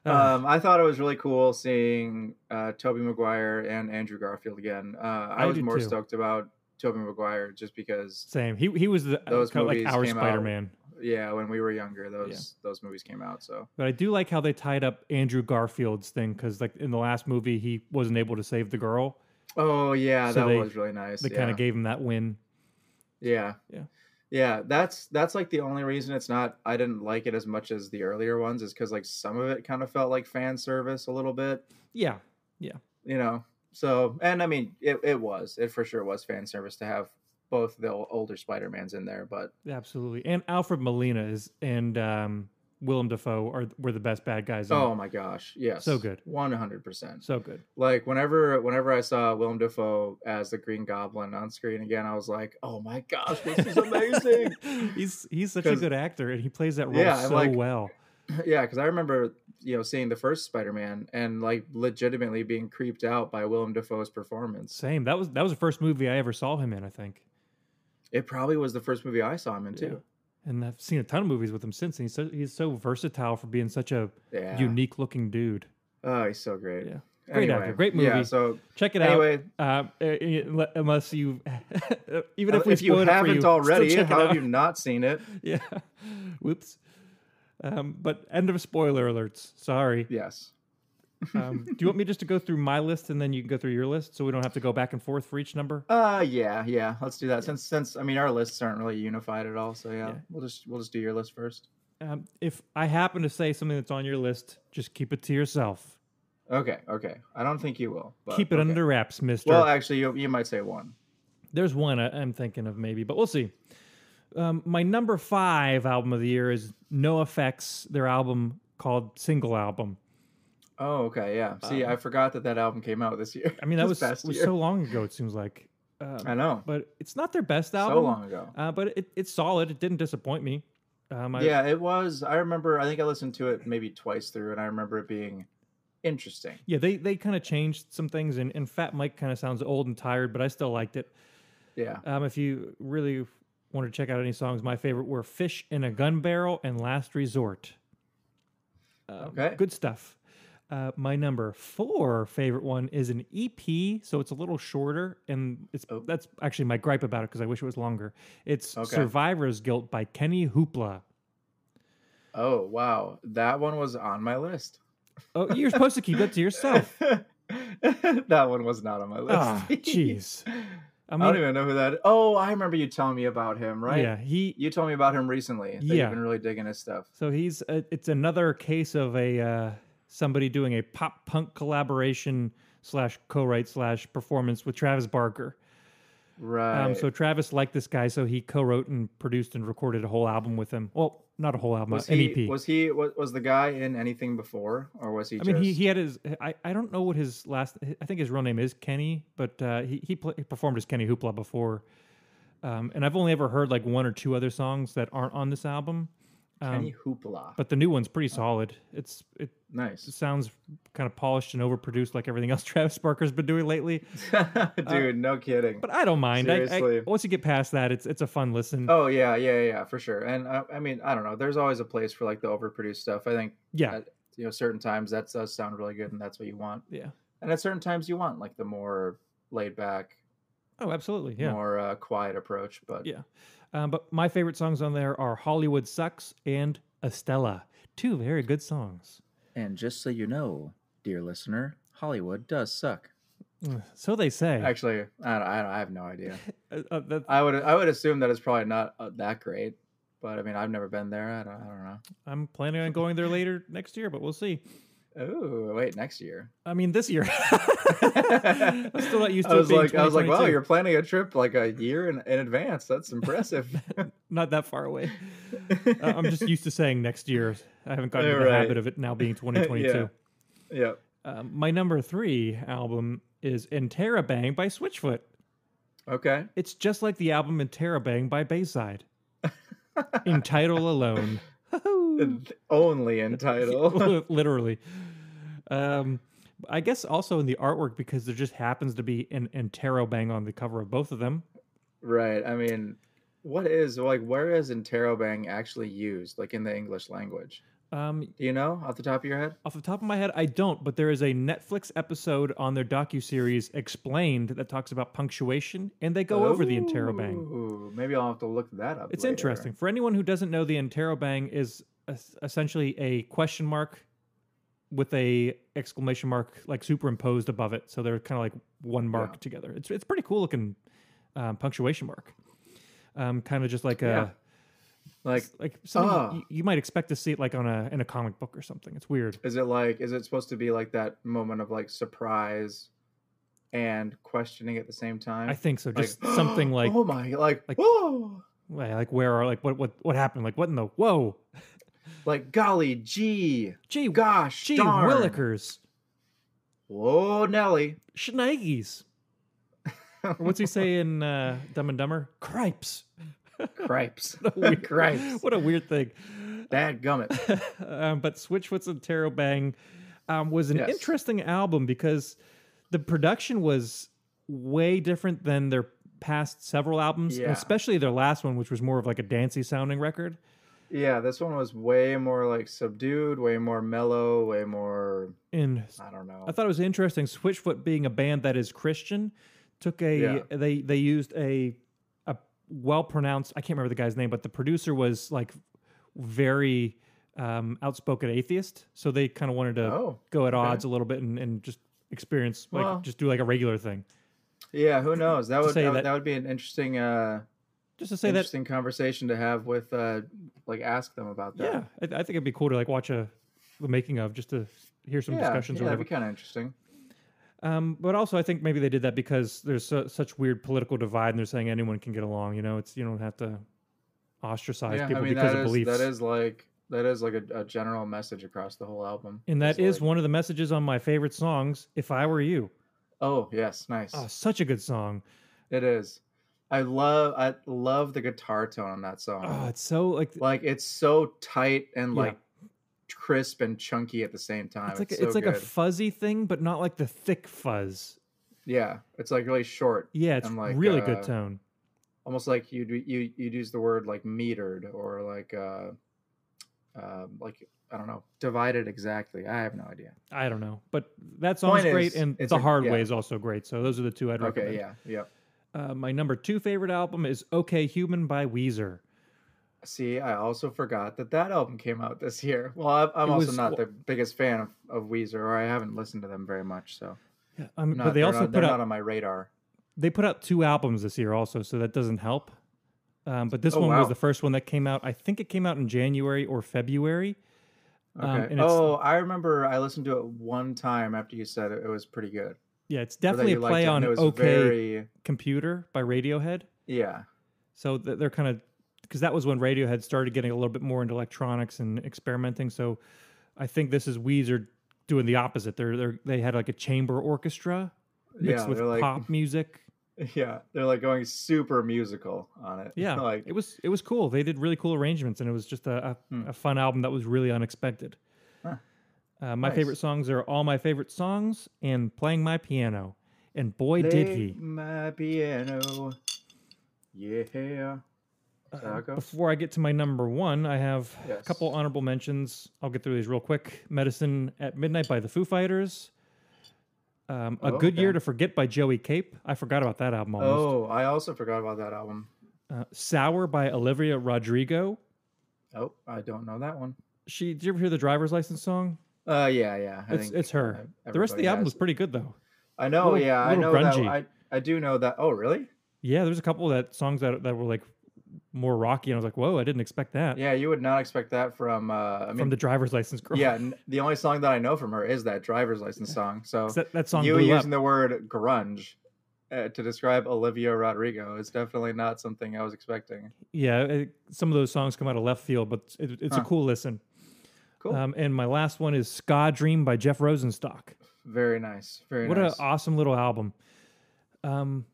[SPEAKER 2] Ah,
[SPEAKER 3] Um, I thought it was really cool seeing uh, Toby Maguire and Andrew Garfield again. Uh, I,
[SPEAKER 2] I
[SPEAKER 3] was
[SPEAKER 2] did
[SPEAKER 3] more
[SPEAKER 2] too.
[SPEAKER 3] stoked about Toby Maguire just because,
[SPEAKER 2] same. He he was the
[SPEAKER 3] those
[SPEAKER 2] kind of like
[SPEAKER 3] movies
[SPEAKER 2] our
[SPEAKER 3] came out-
[SPEAKER 2] Spider-Man.
[SPEAKER 3] yeah, when we were younger, those those movies came out. So
[SPEAKER 2] But I do like how they tied up Andrew Garfield's thing because, like, in the last movie, he wasn't able to save the girl.
[SPEAKER 3] oh yeah,
[SPEAKER 2] So
[SPEAKER 3] that
[SPEAKER 2] they-
[SPEAKER 3] was really nice.
[SPEAKER 2] They
[SPEAKER 3] yeah.
[SPEAKER 2] kind of gave him that win.
[SPEAKER 3] Yeah.
[SPEAKER 2] Yeah.
[SPEAKER 3] Yeah, that's that's like the only reason it's not I didn't like it as much as the earlier ones is cuz like some of it kind of felt like fan service a little bit,
[SPEAKER 2] Yeah,
[SPEAKER 3] you know. So, and I mean, it it was. It for sure was fan service to have both the o- older Spider-Mans in there, but
[SPEAKER 2] absolutely. And Alfred Molina is and um, Willem Dafoe are were the best bad guys. in it.
[SPEAKER 3] oh my gosh, yes.
[SPEAKER 2] So good.
[SPEAKER 3] 100%.
[SPEAKER 2] so good.
[SPEAKER 3] Like whenever whenever I saw Willem Dafoe as the Green Goblin on screen again, I was like, "Oh my gosh, this is amazing."
[SPEAKER 2] (laughs)
[SPEAKER 3] (laughs)
[SPEAKER 2] he's he's such a
[SPEAKER 3] 'Cause-
[SPEAKER 2] good actor, and he plays that role
[SPEAKER 3] Yeah, I'm
[SPEAKER 2] so
[SPEAKER 3] like-
[SPEAKER 2] well.
[SPEAKER 3] yeah, because I remember you know seeing the first Spider-Man and like legitimately being creeped out by Willem Dafoe's performance.
[SPEAKER 2] Same. That was that was the first movie I ever saw him in. I think,
[SPEAKER 3] It probably was the first movie I saw him in too.
[SPEAKER 2] and I've seen a ton of movies with him since. And he's so, he's so versatile for being such a
[SPEAKER 3] Yeah,
[SPEAKER 2] unique looking dude.
[SPEAKER 3] Oh, he's so great.
[SPEAKER 2] Yeah. Great actor, great
[SPEAKER 3] Yeah,
[SPEAKER 2] movie.
[SPEAKER 3] so
[SPEAKER 2] Check it out.
[SPEAKER 3] anyway,
[SPEAKER 2] Uh, uh, unless you, (laughs) even if
[SPEAKER 3] Uh, if,
[SPEAKER 2] we
[SPEAKER 3] you
[SPEAKER 2] spoil it for
[SPEAKER 3] haven't
[SPEAKER 2] you, still
[SPEAKER 3] already,
[SPEAKER 2] check it
[SPEAKER 3] how
[SPEAKER 2] out.
[SPEAKER 3] have you not seen (laughs) it?
[SPEAKER 2] (laughs) yeah. Whoops. Um, but end of spoiler alerts. Sorry.
[SPEAKER 3] Yes.
[SPEAKER 2] Um, do you want me just to go through my list and then you can go through your list so we don't have to go back and forth for each number?
[SPEAKER 3] Uh yeah, yeah. Let's do that. Since since I mean our lists aren't really unified at all, so yeah,
[SPEAKER 2] Yeah.
[SPEAKER 3] we'll just we'll just do your list first.
[SPEAKER 2] Um, if I happen to say something that's on your list, just keep it to yourself.
[SPEAKER 3] Okay, okay. I don't think you will. But
[SPEAKER 2] keep it
[SPEAKER 3] Uh, okay.
[SPEAKER 2] under wraps, mister.
[SPEAKER 3] Well, actually, you you might say one.
[SPEAKER 2] There's one I, I'm thinking of maybe, but we'll see. Um, my number five album of the year is No Effects, their album called Single Album.
[SPEAKER 3] Oh, okay, yeah. See, I forgot that that album came out this year.
[SPEAKER 2] I mean, that
[SPEAKER 3] (laughs) This
[SPEAKER 2] was,
[SPEAKER 3] past
[SPEAKER 2] was
[SPEAKER 3] year.
[SPEAKER 2] so long ago, it seems like. Um,
[SPEAKER 3] I know.
[SPEAKER 2] but it's not their best
[SPEAKER 3] So
[SPEAKER 2] album.
[SPEAKER 3] long ago.
[SPEAKER 2] Uh, but it, it's solid. It didn't disappoint me. Um, I,
[SPEAKER 3] yeah, it was. I remember. I think I listened to it maybe twice through, and I remember it being interesting.
[SPEAKER 2] yeah. They they kind of changed some things, and, and Fat Mike kind of sounds old and tired, but I still liked it.
[SPEAKER 3] Yeah.
[SPEAKER 2] Um, if you really want to check out any songs, my favorite were "Fish in a Gun Barrel" and "Last Resort." Um,
[SPEAKER 3] Okay.
[SPEAKER 2] good stuff. Uh, my number four favorite one is an EP, so it's a little shorter, and it's
[SPEAKER 3] Oh.
[SPEAKER 2] that's actually my gripe about it because I wish it was longer. It's
[SPEAKER 3] Okay.
[SPEAKER 2] "Survivor's Guilt" by Kenny Hoopla.
[SPEAKER 3] Oh wow, that one was on my list.
[SPEAKER 2] Oh, you're supposed to keep that to
[SPEAKER 3] (laughs)
[SPEAKER 2] yourself.
[SPEAKER 3] that one was not on my list. (laughs)
[SPEAKER 2] Ah, jeez. I
[SPEAKER 3] I
[SPEAKER 2] mean,
[SPEAKER 3] don't even know who that. Oh, I remember you telling me about him, right?
[SPEAKER 2] yeah, he.
[SPEAKER 3] You told me about him recently. That
[SPEAKER 2] Yeah.
[SPEAKER 3] You've been really digging his stuff.
[SPEAKER 2] So he's. A, it's another case of a uh, somebody doing a pop punk collaboration slash co-write slash performance with Travis Barker.
[SPEAKER 3] Right.
[SPEAKER 2] Um, so Travis liked this guy, so he co-wrote and produced and recorded a whole album with him. Well, not a whole album, uh,
[SPEAKER 3] was
[SPEAKER 2] an E
[SPEAKER 3] he
[SPEAKER 2] EP.
[SPEAKER 3] was he was, was the guy in anything before, or was he?
[SPEAKER 2] I mean,
[SPEAKER 3] just...
[SPEAKER 2] he, he had his. I, I don't know what his last. I think his real name is Kenny, but uh, he he, pla he performed as Kenny Hoopla before. Um, and I've only ever heard like one or two other songs that aren't on this album. Um,
[SPEAKER 3] Kenny Hoopla.
[SPEAKER 2] but the new one's pretty solid. It's it
[SPEAKER 3] nice,
[SPEAKER 2] sounds kind of polished and overproduced like everything (laughs) else Travis Barker's been doing lately.
[SPEAKER 3] (laughs) dude. no kidding.
[SPEAKER 2] But um, I don't mind. I, I,
[SPEAKER 3] Seriously.
[SPEAKER 2] once you get past that, it's it's a fun listen.
[SPEAKER 3] Oh yeah, yeah, yeah, yeah, for sure. And uh, I, I mean, I don't know. There's always a place for like the overproduced stuff. I think
[SPEAKER 2] yeah,
[SPEAKER 3] I- you know certain times that does sound really good, and that's what you want.
[SPEAKER 2] yeah.
[SPEAKER 3] And at certain times you want like the more laid back,
[SPEAKER 2] Oh, absolutely. Yeah.
[SPEAKER 3] more uh, quiet approach. But
[SPEAKER 2] Yeah. Um, but my favorite songs on there are "Hollywood Sucks" and "Estella." Two very good songs.
[SPEAKER 3] and just so you know, dear listener, Hollywood does suck.
[SPEAKER 2] Mm, So they say.
[SPEAKER 3] Actually, I don't, I, don't, I have no (laughs) idea.
[SPEAKER 2] Uh, uh, that-
[SPEAKER 3] I would I would assume that it's probably not uh, that great. But I mean, I've never been there. I don't, I don't know.
[SPEAKER 2] I'm planning on going there later next year, but we'll see.
[SPEAKER 3] Oh, wait, next (laughs) year.
[SPEAKER 2] I mean, this year. (laughs) I'm still not used to
[SPEAKER 3] (laughs) I
[SPEAKER 2] it
[SPEAKER 3] was
[SPEAKER 2] being
[SPEAKER 3] like, I was like, wow,
[SPEAKER 2] 2022.
[SPEAKER 3] you're planning a trip like (laughs) a year in, in advance. That's (laughs) impressive.
[SPEAKER 2] not that far
[SPEAKER 3] (laughs)
[SPEAKER 2] away. Uh, I'm just used to saying next year. I haven't gotten into the
[SPEAKER 3] Right.
[SPEAKER 2] habit of it now being 2022.
[SPEAKER 3] (laughs) yeah.
[SPEAKER 2] um, my number three album is "Intera Bang" by Switchfoot.
[SPEAKER 3] Okay.
[SPEAKER 2] It's just like the album "Intera Bang" by Bayside. In title alone, Hoo-hoo.
[SPEAKER 3] And Only (laughs) in title.
[SPEAKER 2] (laughs) literally. Um, I guess also in the artwork because there just happens to be an Intero Bang on the cover of both of them.
[SPEAKER 3] right. I mean, what is like? Where is interrobang actually used? Like in the English language?
[SPEAKER 2] Um,
[SPEAKER 3] Do you know off the top of your head?
[SPEAKER 2] off the top of my head, I don't, but there is a Netflix episode on their docuseries Explained that talks about punctuation, and they go over the
[SPEAKER 3] Oh.
[SPEAKER 2] interrobang.
[SPEAKER 3] Ooh, Maybe I'll have to look that up.
[SPEAKER 2] It's
[SPEAKER 3] later.
[SPEAKER 2] interesting. For anyone who doesn't know, the interrobang is es- essentially a question mark with a exclamation mark like superimposed above it, so they're kind of like one mark
[SPEAKER 3] Yeah.
[SPEAKER 2] together. It's it's pretty cool looking um, punctuation mark. Um, kind of just like a
[SPEAKER 3] Yeah. Like,
[SPEAKER 2] like something
[SPEAKER 3] Ah.
[SPEAKER 2] you, you might expect to see it like on a in a comic book or something. It's weird.
[SPEAKER 3] is it like is it supposed to be like that moment of like surprise and questioning at the same time?
[SPEAKER 2] I think so.
[SPEAKER 3] (gasps)
[SPEAKER 2] Just something like
[SPEAKER 3] oh my like,
[SPEAKER 2] like-
[SPEAKER 3] whoa
[SPEAKER 2] Like, like where are like what what what happened? Like what in the whoa?
[SPEAKER 3] like golly gee
[SPEAKER 2] Gee,
[SPEAKER 3] gosh
[SPEAKER 2] gee,
[SPEAKER 3] darn
[SPEAKER 2] Willikers,
[SPEAKER 3] whoa Nelly (laughs)
[SPEAKER 2] Schneigis. or what's he say in uh, Dumb and Dumber? Cripes.
[SPEAKER 3] cripes
[SPEAKER 2] Weird-
[SPEAKER 3] (laughs)
[SPEAKER 2] (laughs)
[SPEAKER 3] cripes
[SPEAKER 2] What a weird thing. (laughs)
[SPEAKER 3] that gummit
[SPEAKER 2] um, but Switch with and Tarot Bang um, was an
[SPEAKER 3] Yes.
[SPEAKER 2] interesting album because the production was way different than their past several albums, and
[SPEAKER 3] Yeah.
[SPEAKER 2] especially their last one, which was more of like a dancey sounding record.
[SPEAKER 3] yeah this one was way more like subdued way more mellow way more
[SPEAKER 2] And
[SPEAKER 3] I don't know
[SPEAKER 2] I thought it was interesting. Switchfoot being a band that is Christian, took a
[SPEAKER 3] Yeah.
[SPEAKER 2] they they used a a well pronounced I can't remember the guy's name, but the producer was like very um, outspoken atheist. So they kind of wanted to
[SPEAKER 3] oh
[SPEAKER 2] go at
[SPEAKER 3] okay.
[SPEAKER 2] odds a little bit and, and just experience like
[SPEAKER 3] Well.
[SPEAKER 2] just do like a regular thing.
[SPEAKER 3] yeah who knows that
[SPEAKER 2] To
[SPEAKER 3] would
[SPEAKER 2] say
[SPEAKER 3] that, would-
[SPEAKER 2] that-
[SPEAKER 3] that would be an interesting uh
[SPEAKER 2] Just to say that
[SPEAKER 3] interesting conversation to have with uh like ask them about that
[SPEAKER 2] yeah, I, I think it'd be cool to like watch a the making of just to hear some
[SPEAKER 3] yeah,
[SPEAKER 2] discussions
[SPEAKER 3] yeah
[SPEAKER 2] or
[SPEAKER 3] that'd
[SPEAKER 2] whatever.
[SPEAKER 3] be kind of interesting
[SPEAKER 2] Um, but also, I think maybe they did that because there's su- such weird political divide, and they're saying anyone can get along. You know, it's you don't have to ostracize
[SPEAKER 3] yeah,
[SPEAKER 2] people
[SPEAKER 3] I mean,
[SPEAKER 2] because
[SPEAKER 3] that
[SPEAKER 2] of
[SPEAKER 3] is-
[SPEAKER 2] beliefs.
[SPEAKER 3] That is like that is like a, a general message across the whole album.
[SPEAKER 2] and that
[SPEAKER 3] It's
[SPEAKER 2] is
[SPEAKER 3] like-
[SPEAKER 2] one of the messages on my favorite songs, "If I Were You."
[SPEAKER 3] Oh yes, nice.
[SPEAKER 2] Oh, such a good song.
[SPEAKER 3] It is. I love I love the guitar tone on that song.
[SPEAKER 2] Oh, it's so like
[SPEAKER 3] like it's so tight and
[SPEAKER 2] Yeah.
[SPEAKER 3] like crisp and chunky at the same time.
[SPEAKER 2] it's like
[SPEAKER 3] it's
[SPEAKER 2] a- it's
[SPEAKER 3] so
[SPEAKER 2] like a
[SPEAKER 3] good.
[SPEAKER 2] fuzzy thing, but not like the thick fuzz.
[SPEAKER 3] yeah. It's like really short,
[SPEAKER 2] Yeah, it's
[SPEAKER 3] And like,
[SPEAKER 2] really
[SPEAKER 3] uh,
[SPEAKER 2] good tone.
[SPEAKER 3] almost like you'd you you'd use the word like metered or like uh, uh like I don't know divided exactly. I have no idea.
[SPEAKER 2] I don't know, but that song's
[SPEAKER 3] point
[SPEAKER 2] great,
[SPEAKER 3] is,
[SPEAKER 2] and
[SPEAKER 3] it's
[SPEAKER 2] the
[SPEAKER 3] a-
[SPEAKER 2] hard
[SPEAKER 3] yeah.
[SPEAKER 2] way is also great. So those are the two I'd
[SPEAKER 3] Okay,
[SPEAKER 2] recommend.
[SPEAKER 3] yeah, yep.
[SPEAKER 2] Uh, my number two favorite album is "Okay Human" by Weezer.
[SPEAKER 3] See, I also forgot that that album came out this year. (laughs) Well, I'm, I'm
[SPEAKER 2] It
[SPEAKER 3] also
[SPEAKER 2] was-
[SPEAKER 3] not the biggest fan of, of Weezer, or I haven't listened to them very much. So,
[SPEAKER 2] Yeah, um,
[SPEAKER 3] not,
[SPEAKER 2] but they
[SPEAKER 3] they're
[SPEAKER 2] also
[SPEAKER 3] not,
[SPEAKER 2] put
[SPEAKER 3] they're
[SPEAKER 2] out
[SPEAKER 3] not on my radar.
[SPEAKER 2] they put out two albums this year also so that doesn't help um, but this
[SPEAKER 3] Oh,
[SPEAKER 2] one
[SPEAKER 3] wow.
[SPEAKER 2] was the first one that came out i think it came out in january or february
[SPEAKER 3] Okay.
[SPEAKER 2] um, and it's,
[SPEAKER 3] oh, I remember I listened to it one time after you said it, it was pretty good.
[SPEAKER 2] yeah it's
[SPEAKER 3] or that
[SPEAKER 2] definitely
[SPEAKER 3] you
[SPEAKER 2] a
[SPEAKER 3] liked
[SPEAKER 2] play
[SPEAKER 3] it, and
[SPEAKER 2] on
[SPEAKER 3] it was
[SPEAKER 2] okay
[SPEAKER 3] very
[SPEAKER 2] computer by radiohead
[SPEAKER 3] yeah. (laughs)
[SPEAKER 2] so th- they're kind of because that was when radiohead started getting a little bit more into electronics and experimenting so i think this is weezer doing the opposite they're, they're they had like a chamber orchestra mixed
[SPEAKER 3] Yeah,
[SPEAKER 2] with
[SPEAKER 3] they're like-
[SPEAKER 2] pop music
[SPEAKER 3] Yeah, they're like going super musical on it.
[SPEAKER 2] yeah
[SPEAKER 3] (laughs) like
[SPEAKER 2] it was it was cool they did really cool arrangements and it was just a, a,
[SPEAKER 3] Hmm.
[SPEAKER 2] a fun album that was really unexpected
[SPEAKER 3] Huh.
[SPEAKER 2] uh, my
[SPEAKER 3] Nice.
[SPEAKER 2] favorite songs are all my favorite songs and playing my piano and boy did
[SPEAKER 3] "Play
[SPEAKER 2] he
[SPEAKER 3] my piano. Yeah.
[SPEAKER 2] Uh,
[SPEAKER 3] Taco?
[SPEAKER 2] before i get to my number one i have a
[SPEAKER 3] Yes.
[SPEAKER 2] couple honorable mentions i'll get through these real quick medicine at midnight by the foo fighters um, a
[SPEAKER 3] Oh,
[SPEAKER 2] good year
[SPEAKER 3] okay.
[SPEAKER 2] to forget by joey cape i forgot about that album almost
[SPEAKER 3] Oh, I also forgot about that album.
[SPEAKER 2] uh, sour by olivia rodrigo
[SPEAKER 3] Oh, I don't know that one.
[SPEAKER 2] she did you ever hear the driver's license song
[SPEAKER 3] Uh, yeah, yeah. I
[SPEAKER 2] It's-
[SPEAKER 3] think
[SPEAKER 2] it's her.
[SPEAKER 3] uh,
[SPEAKER 2] the rest of
[SPEAKER 3] everybody
[SPEAKER 2] the album
[SPEAKER 3] has
[SPEAKER 2] was pretty good though
[SPEAKER 3] I know,
[SPEAKER 2] little-
[SPEAKER 3] yeah, I know
[SPEAKER 2] little grungy.
[SPEAKER 3] that. I, I do know that. Oh, really?
[SPEAKER 2] Yeah, there's a couple that songs that that were like more rocky, and I was like, "Whoa, I didn't expect that
[SPEAKER 3] Yeah, you would not expect that from. Uh, I
[SPEAKER 2] from
[SPEAKER 3] mean,
[SPEAKER 2] the (laughs) driver's license girl."
[SPEAKER 3] yeah, n- the only song that I know from her is that driver's license song. So
[SPEAKER 2] 'Cause that, that song
[SPEAKER 3] you
[SPEAKER 2] blew
[SPEAKER 3] using
[SPEAKER 2] up.
[SPEAKER 3] the word grunge uh, to describe Olivia Rodrigo is definitely not something I was expecting.
[SPEAKER 2] yeah, it- some of those songs come out of left field, but it, it's
[SPEAKER 3] Huh.
[SPEAKER 2] a cool listen.
[SPEAKER 3] Cool,
[SPEAKER 2] Um, and my last one is "Ska Dream" by Jeff Rosenstock.
[SPEAKER 3] very nice, very
[SPEAKER 2] what
[SPEAKER 3] nice.
[SPEAKER 2] an awesome little album. Um,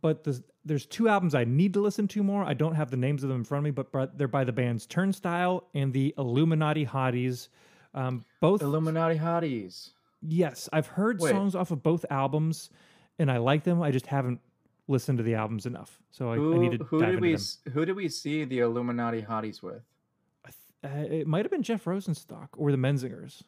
[SPEAKER 2] but there's, there's two albums I need to listen to more. I don't have the names of them in front of me, but, but they're by the bands Turnstile and the Illuminati Hotties. Um, both
[SPEAKER 3] Illuminati hotties.
[SPEAKER 2] Yes, I've heard
[SPEAKER 3] Wait.
[SPEAKER 2] songs off of both albums, and I like them. I just haven't listened to the albums enough, so I, I
[SPEAKER 3] Who,
[SPEAKER 2] need to
[SPEAKER 3] who
[SPEAKER 2] dive
[SPEAKER 3] did
[SPEAKER 2] into
[SPEAKER 3] we
[SPEAKER 2] them.
[SPEAKER 3] s- who did we see the Illuminati hotties with?
[SPEAKER 2] I th- uh, it might have been Jeff Rosenstock or the Menzingers.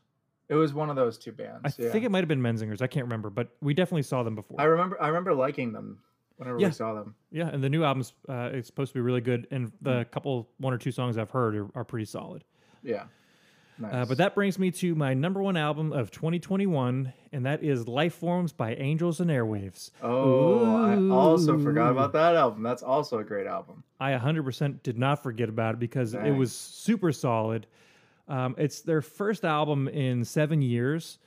[SPEAKER 3] It was one of those two bands.
[SPEAKER 2] I
[SPEAKER 3] yeah.
[SPEAKER 2] think it might have been Menzingers. I can't remember, but we definitely saw them before.
[SPEAKER 3] I remember. I remember liking them whenever
[SPEAKER 2] Yeah.
[SPEAKER 3] we saw them.
[SPEAKER 2] yeah, and the new album's uh, it's supposed to be really good, and
[SPEAKER 3] Hmm.
[SPEAKER 2] the couple one or two songs I've heard are, are pretty solid.
[SPEAKER 3] Yeah. Nice.
[SPEAKER 2] Uh, but that brings me to my number one album of 2021, and that is Life Forms by Angels and Airwaves.
[SPEAKER 3] oh, I also forgot
[SPEAKER 2] Ooh.
[SPEAKER 3] about that album. That's also a great album.
[SPEAKER 2] I 100% did not forget about it because it
[SPEAKER 3] Dang.
[SPEAKER 2] was super solid. Um, it's their first album in seven years,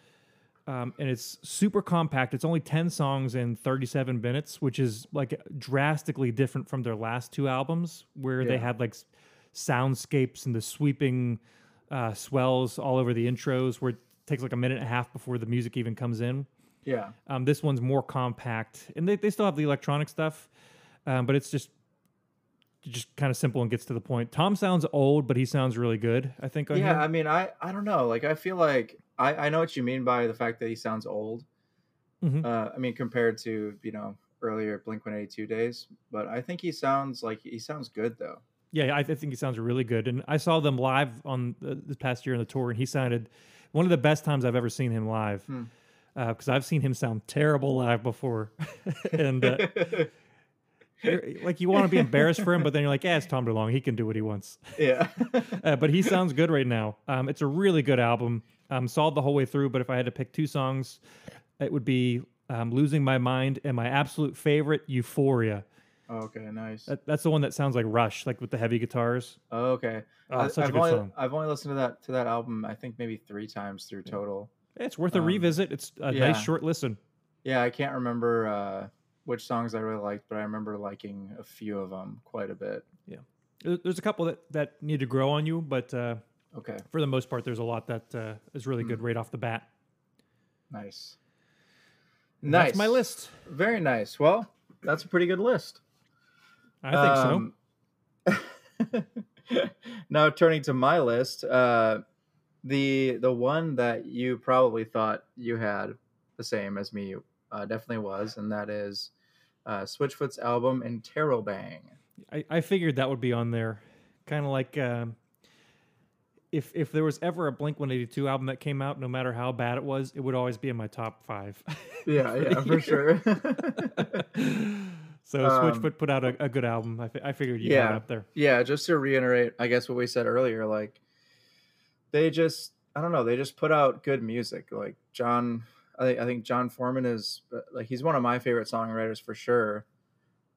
[SPEAKER 2] um, and it's super compact. It's only 10 songs in 37 minutes, which is like drastically different from their last two albums, where they
[SPEAKER 3] Yeah.
[SPEAKER 2] had like s- soundscapes and the sweeping uh, swells all over the intros, where it takes like a minute and a half before the music even comes in.
[SPEAKER 3] Yeah.
[SPEAKER 2] Um, this one's more compact, and they, they still have the electronic stuff, um, but it's just just kind of simple and gets to the point. Tom sounds old, but he sounds really good. I think on
[SPEAKER 3] yeah
[SPEAKER 2] here.
[SPEAKER 3] i mean i i don't know like i feel like i i know what you mean by the fact that he sounds old
[SPEAKER 2] Mhm.
[SPEAKER 3] uh i mean compared to you know earlier blink 182 days but i think he sounds like he sounds good though (laughs)
[SPEAKER 2] yeah, I, I think he sounds really good. And I saw them live on the, this past year on the tour, and he sounded one of the best times I've ever seen him live.
[SPEAKER 3] Hmm.
[SPEAKER 2] Because I've seen him sound terrible live before, (laughs) and
[SPEAKER 3] (laughs)
[SPEAKER 2] uh, you're- like you want to be embarrassed for him, but then you're like, "Yeah, it's Tom DeLonge. He can do what he wants."
[SPEAKER 3] yeah (laughs)
[SPEAKER 2] uh, but he sounds good right now. Um, it's a really good album. Um, solid the whole way through, but if I had to pick two songs, it would be um, "Losing My Mind" and my absolute favorite, "Euphoria."
[SPEAKER 3] okay nice
[SPEAKER 2] That, that's the one that sounds like Rush, like with the heavy guitars.
[SPEAKER 3] okay
[SPEAKER 2] Oh, it's such a
[SPEAKER 3] have
[SPEAKER 2] good
[SPEAKER 3] only,
[SPEAKER 2] song.
[SPEAKER 3] i've only listened to that to that album i think maybe three times through total
[SPEAKER 2] It's worth a
[SPEAKER 3] um,
[SPEAKER 2] revisit. It's a
[SPEAKER 3] yeah.
[SPEAKER 2] nice short listen.
[SPEAKER 3] yeah i can't remember uh which songs i really liked but i remember liking a few of them quite a bit
[SPEAKER 2] There- There's a couple that, that need to grow on you, but uh,
[SPEAKER 3] okay
[SPEAKER 2] for the most part, there's a lot that uh, is really
[SPEAKER 3] Hmm.
[SPEAKER 2] good right off the bat.
[SPEAKER 3] nice
[SPEAKER 2] And
[SPEAKER 3] nice
[SPEAKER 2] That's my list.
[SPEAKER 3] Very nice. Well, that's a pretty good list.
[SPEAKER 2] I think
[SPEAKER 3] Um,
[SPEAKER 2] so.
[SPEAKER 3] so. Um, (laughs) now turning to my list, uh, the the one that you probably thought you had the same as me uh, definitely was, and that is uh, Switchfoot's album Interrobang.
[SPEAKER 2] I, I figured that would be on there, kind of like um, if if there was ever a Blink One Eighty Two album that came out, no matter how bad it was, it would always be in my top five. (laughs)
[SPEAKER 3] Yeah, yeah, (laughs) for sure. (laughs)
[SPEAKER 2] so
[SPEAKER 3] Um,
[SPEAKER 2] Switchfoot put out a, a good album. I, fi- I figured you got
[SPEAKER 3] Yeah.
[SPEAKER 2] it up there.
[SPEAKER 3] yeah, just to reiterate, I guess what we said earlier, like they just I don't know, they just put out good music. Like John, I think I think John Foreman is uh, like he's one of my favorite songwriters for sure.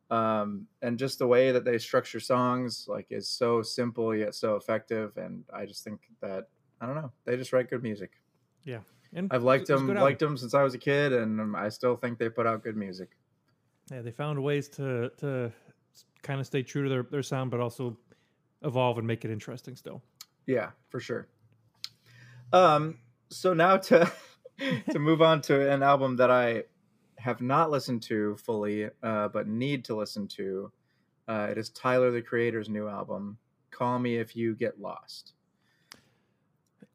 [SPEAKER 3] Um, and just the way that they structure songs like is so simple yet so effective, and I just think that I don't know, they just write good music.
[SPEAKER 2] And
[SPEAKER 3] I've liked
[SPEAKER 2] it was a
[SPEAKER 3] them,
[SPEAKER 2] good album.
[SPEAKER 3] liked them since I was a kid, and um, I still think they put out good music.
[SPEAKER 2] Yeah, they found ways to to kind of stay true to their, their sound, but also evolve and make it interesting still.
[SPEAKER 3] Yeah, for sure. Um, so now to (laughs) to move on to an album that I have not listened to fully, uh, but need to listen to. Uh, it is Tyler the Creator's new album, "Call Me If You Get Lost."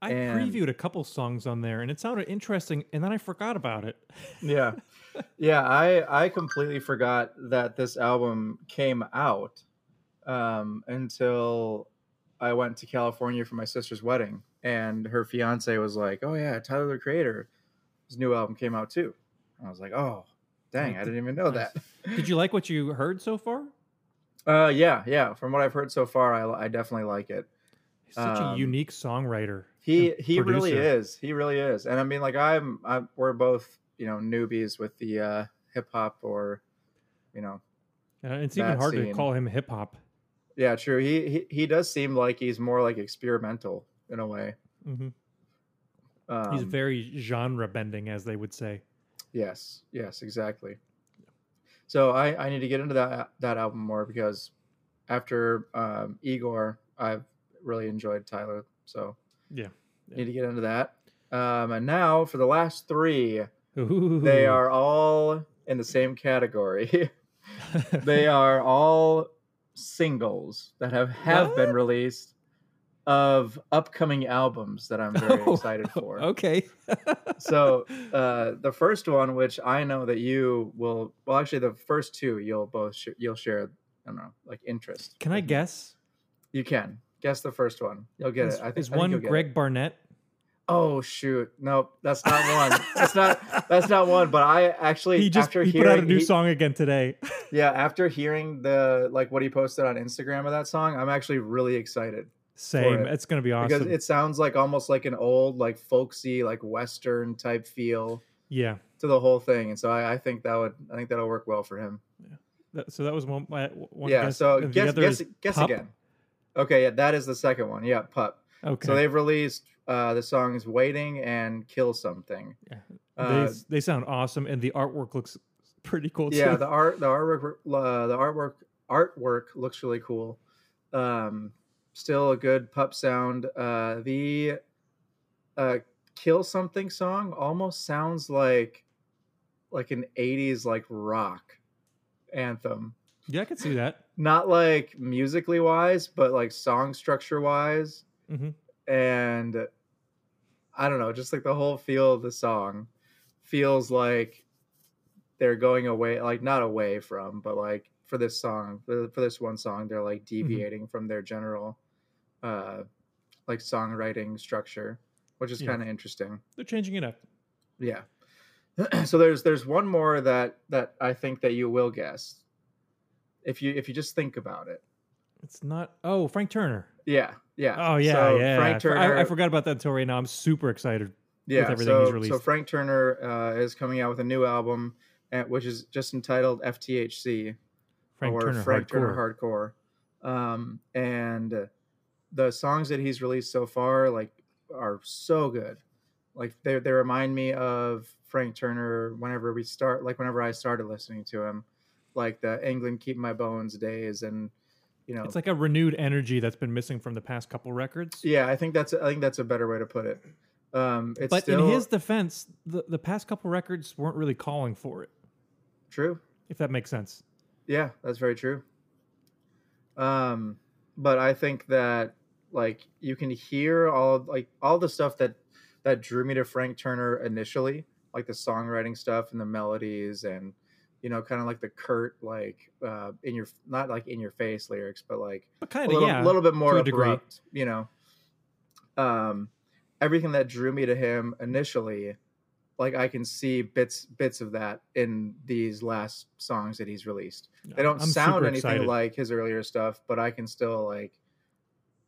[SPEAKER 2] I
[SPEAKER 3] And-
[SPEAKER 2] previewed a couple songs on there, and it sounded interesting, and then I forgot about it.
[SPEAKER 3] Yeah, yeah. I I completely forgot that this album came out um, until I went to California for my sister's wedding, and her fiance was like, "Oh yeah, Tyler the Creator, his new album came out too." And I was like, "Oh, dang, I didn't even know that."
[SPEAKER 2] Did you like what you heard so far?
[SPEAKER 3] Uh, yeah, yeah. From what I've heard so far, I, I definitely like it.
[SPEAKER 2] He's such a
[SPEAKER 3] Um,
[SPEAKER 2] unique songwriter.
[SPEAKER 3] he
[SPEAKER 2] and
[SPEAKER 3] he really
[SPEAKER 2] producer.
[SPEAKER 3] is he really is and i mean like i'm i'm we're both you know newbies with the uh hip hop or you know
[SPEAKER 2] Uh, it's even
[SPEAKER 3] that
[SPEAKER 2] hard to
[SPEAKER 3] scene.
[SPEAKER 2] call him hip hop.
[SPEAKER 3] yeah true he, he he does seem like he's more like experimental in a way
[SPEAKER 2] hmm
[SPEAKER 3] Mm-hmm. um,
[SPEAKER 2] He's very genre bending, as they would say.
[SPEAKER 3] yes yes exactly so i i need to get into that that album more because after um igor i've really enjoyed tyler so
[SPEAKER 2] Yeah, yeah.
[SPEAKER 3] need to get into that um and now for the last three
[SPEAKER 2] Ooh.
[SPEAKER 3] They are all in the same category. (laughs) they are all singles that have, have been
[SPEAKER 2] What?
[SPEAKER 3] released of upcoming albums that I'm very
[SPEAKER 2] (laughs) Oh,
[SPEAKER 3] excited for.
[SPEAKER 2] (laughs) okay.
[SPEAKER 3] So uh, the first one, which I know that you will, well, actually the first two you'll both sh- you'll share. I don't know, like interest.
[SPEAKER 2] Can I
[SPEAKER 3] with me.
[SPEAKER 2] guess?
[SPEAKER 3] You can Guess the first one. You'll get
[SPEAKER 2] Is,
[SPEAKER 3] it. I think
[SPEAKER 2] is
[SPEAKER 3] I think
[SPEAKER 2] one
[SPEAKER 3] you'll get
[SPEAKER 2] Greg
[SPEAKER 3] it.
[SPEAKER 2] Barnett?
[SPEAKER 3] Oh shoot! Nope, that's not one. that's not that's not one.
[SPEAKER 2] (laughs)
[SPEAKER 3] But I actually
[SPEAKER 2] He just
[SPEAKER 3] after
[SPEAKER 2] he
[SPEAKER 3] hearing
[SPEAKER 2] put out a new
[SPEAKER 3] he-
[SPEAKER 2] song again
[SPEAKER 3] (laughs)
[SPEAKER 2] today.
[SPEAKER 3] Yeah, after hearing the like what he posted on Instagram of that song, I'm actually really excited
[SPEAKER 2] Same.
[SPEAKER 3] it.
[SPEAKER 2] It's gonna be
[SPEAKER 3] because
[SPEAKER 2] awesome.
[SPEAKER 3] it sounds like almost like an old like folksy like western type feel
[SPEAKER 2] yeah.
[SPEAKER 3] to the whole thing, and so I, I think that would I think that'll work well for him.
[SPEAKER 2] That- so that was one. my- one
[SPEAKER 3] yeah.
[SPEAKER 2] guess.
[SPEAKER 3] so
[SPEAKER 2] The
[SPEAKER 3] guess
[SPEAKER 2] other
[SPEAKER 3] guess
[SPEAKER 2] is
[SPEAKER 3] guess
[SPEAKER 2] Pup.
[SPEAKER 3] again. Okay, yeah, that is the second one. Yeah, pup.
[SPEAKER 2] Okay.
[SPEAKER 3] So they've released uh, the songs "Waiting" and "Kill Something."
[SPEAKER 2] Yeah. they,
[SPEAKER 3] Uh,
[SPEAKER 2] s- they sound awesome, and the artwork looks pretty cool. Too.
[SPEAKER 3] yeah the art the artwork uh, the artwork artwork looks really cool um still a good pup sound uh the uh kill something song almost sounds like like an 80s like rock anthem
[SPEAKER 2] (laughs) yeah, I could see that.
[SPEAKER 3] not like musically wise but like song structure wise
[SPEAKER 2] Mhm.
[SPEAKER 3] and i don't know just like the whole feel of the song feels like they're going away like not away from but like for this song for for this one song they're like deviating from their general uh like songwriting structure which is
[SPEAKER 2] Yeah.
[SPEAKER 3] kind of interesting
[SPEAKER 2] They're changing it up.
[SPEAKER 3] yeah (clears throat) so there's there's one more that that i think that you will guess if you if you just think about it
[SPEAKER 2] It's not. Oh, Frank Turner.
[SPEAKER 3] yeah yeah
[SPEAKER 2] Oh yeah,
[SPEAKER 3] So
[SPEAKER 2] yeah.
[SPEAKER 3] frank
[SPEAKER 2] I for-
[SPEAKER 3] turner
[SPEAKER 2] I, I forgot about that until right now. I'm super excited.
[SPEAKER 3] yeah,
[SPEAKER 2] everything
[SPEAKER 3] so,
[SPEAKER 2] he's
[SPEAKER 3] So
[SPEAKER 2] released.
[SPEAKER 3] Frank Turner uh, is coming out with a new album, uh, which is just entitled FTHC
[SPEAKER 2] Frank
[SPEAKER 3] or
[SPEAKER 2] Turner.
[SPEAKER 3] Frank
[SPEAKER 2] hardcore.
[SPEAKER 3] Turner Hardcore. Um, and the songs that he's released so far, like, are so good. Like they they remind me of Frank Turner whenever we start, like whenever I started listening to him, like the England Keep My Bones days, and you know,
[SPEAKER 2] It's like a renewed energy that's been missing from the past couple records.
[SPEAKER 3] yeah, I think that's I think that's a better way to put it. Um, it's
[SPEAKER 2] but
[SPEAKER 3] still
[SPEAKER 2] in his defense, the, the past couple records weren't really calling for it,
[SPEAKER 3] true.
[SPEAKER 2] if that makes sense.
[SPEAKER 3] Yeah, that's very true. Um, but I think that like you can hear all like all the stuff that that drew me to Frank Turner initially, like the songwriting stuff and the melodies and you know kind of like the curt like uh in your not like in your face lyrics but like
[SPEAKER 2] But
[SPEAKER 3] a
[SPEAKER 2] kind of,
[SPEAKER 3] little,
[SPEAKER 2] yeah.
[SPEAKER 3] little bit more
[SPEAKER 2] to a degree.
[SPEAKER 3] abrupt you know um everything that drew me to him initially like i can see bits bits of that in these last songs that he's released they don't
[SPEAKER 2] I'm
[SPEAKER 3] sound
[SPEAKER 2] super
[SPEAKER 3] anything
[SPEAKER 2] excited.
[SPEAKER 3] like his earlier stuff, but I can still like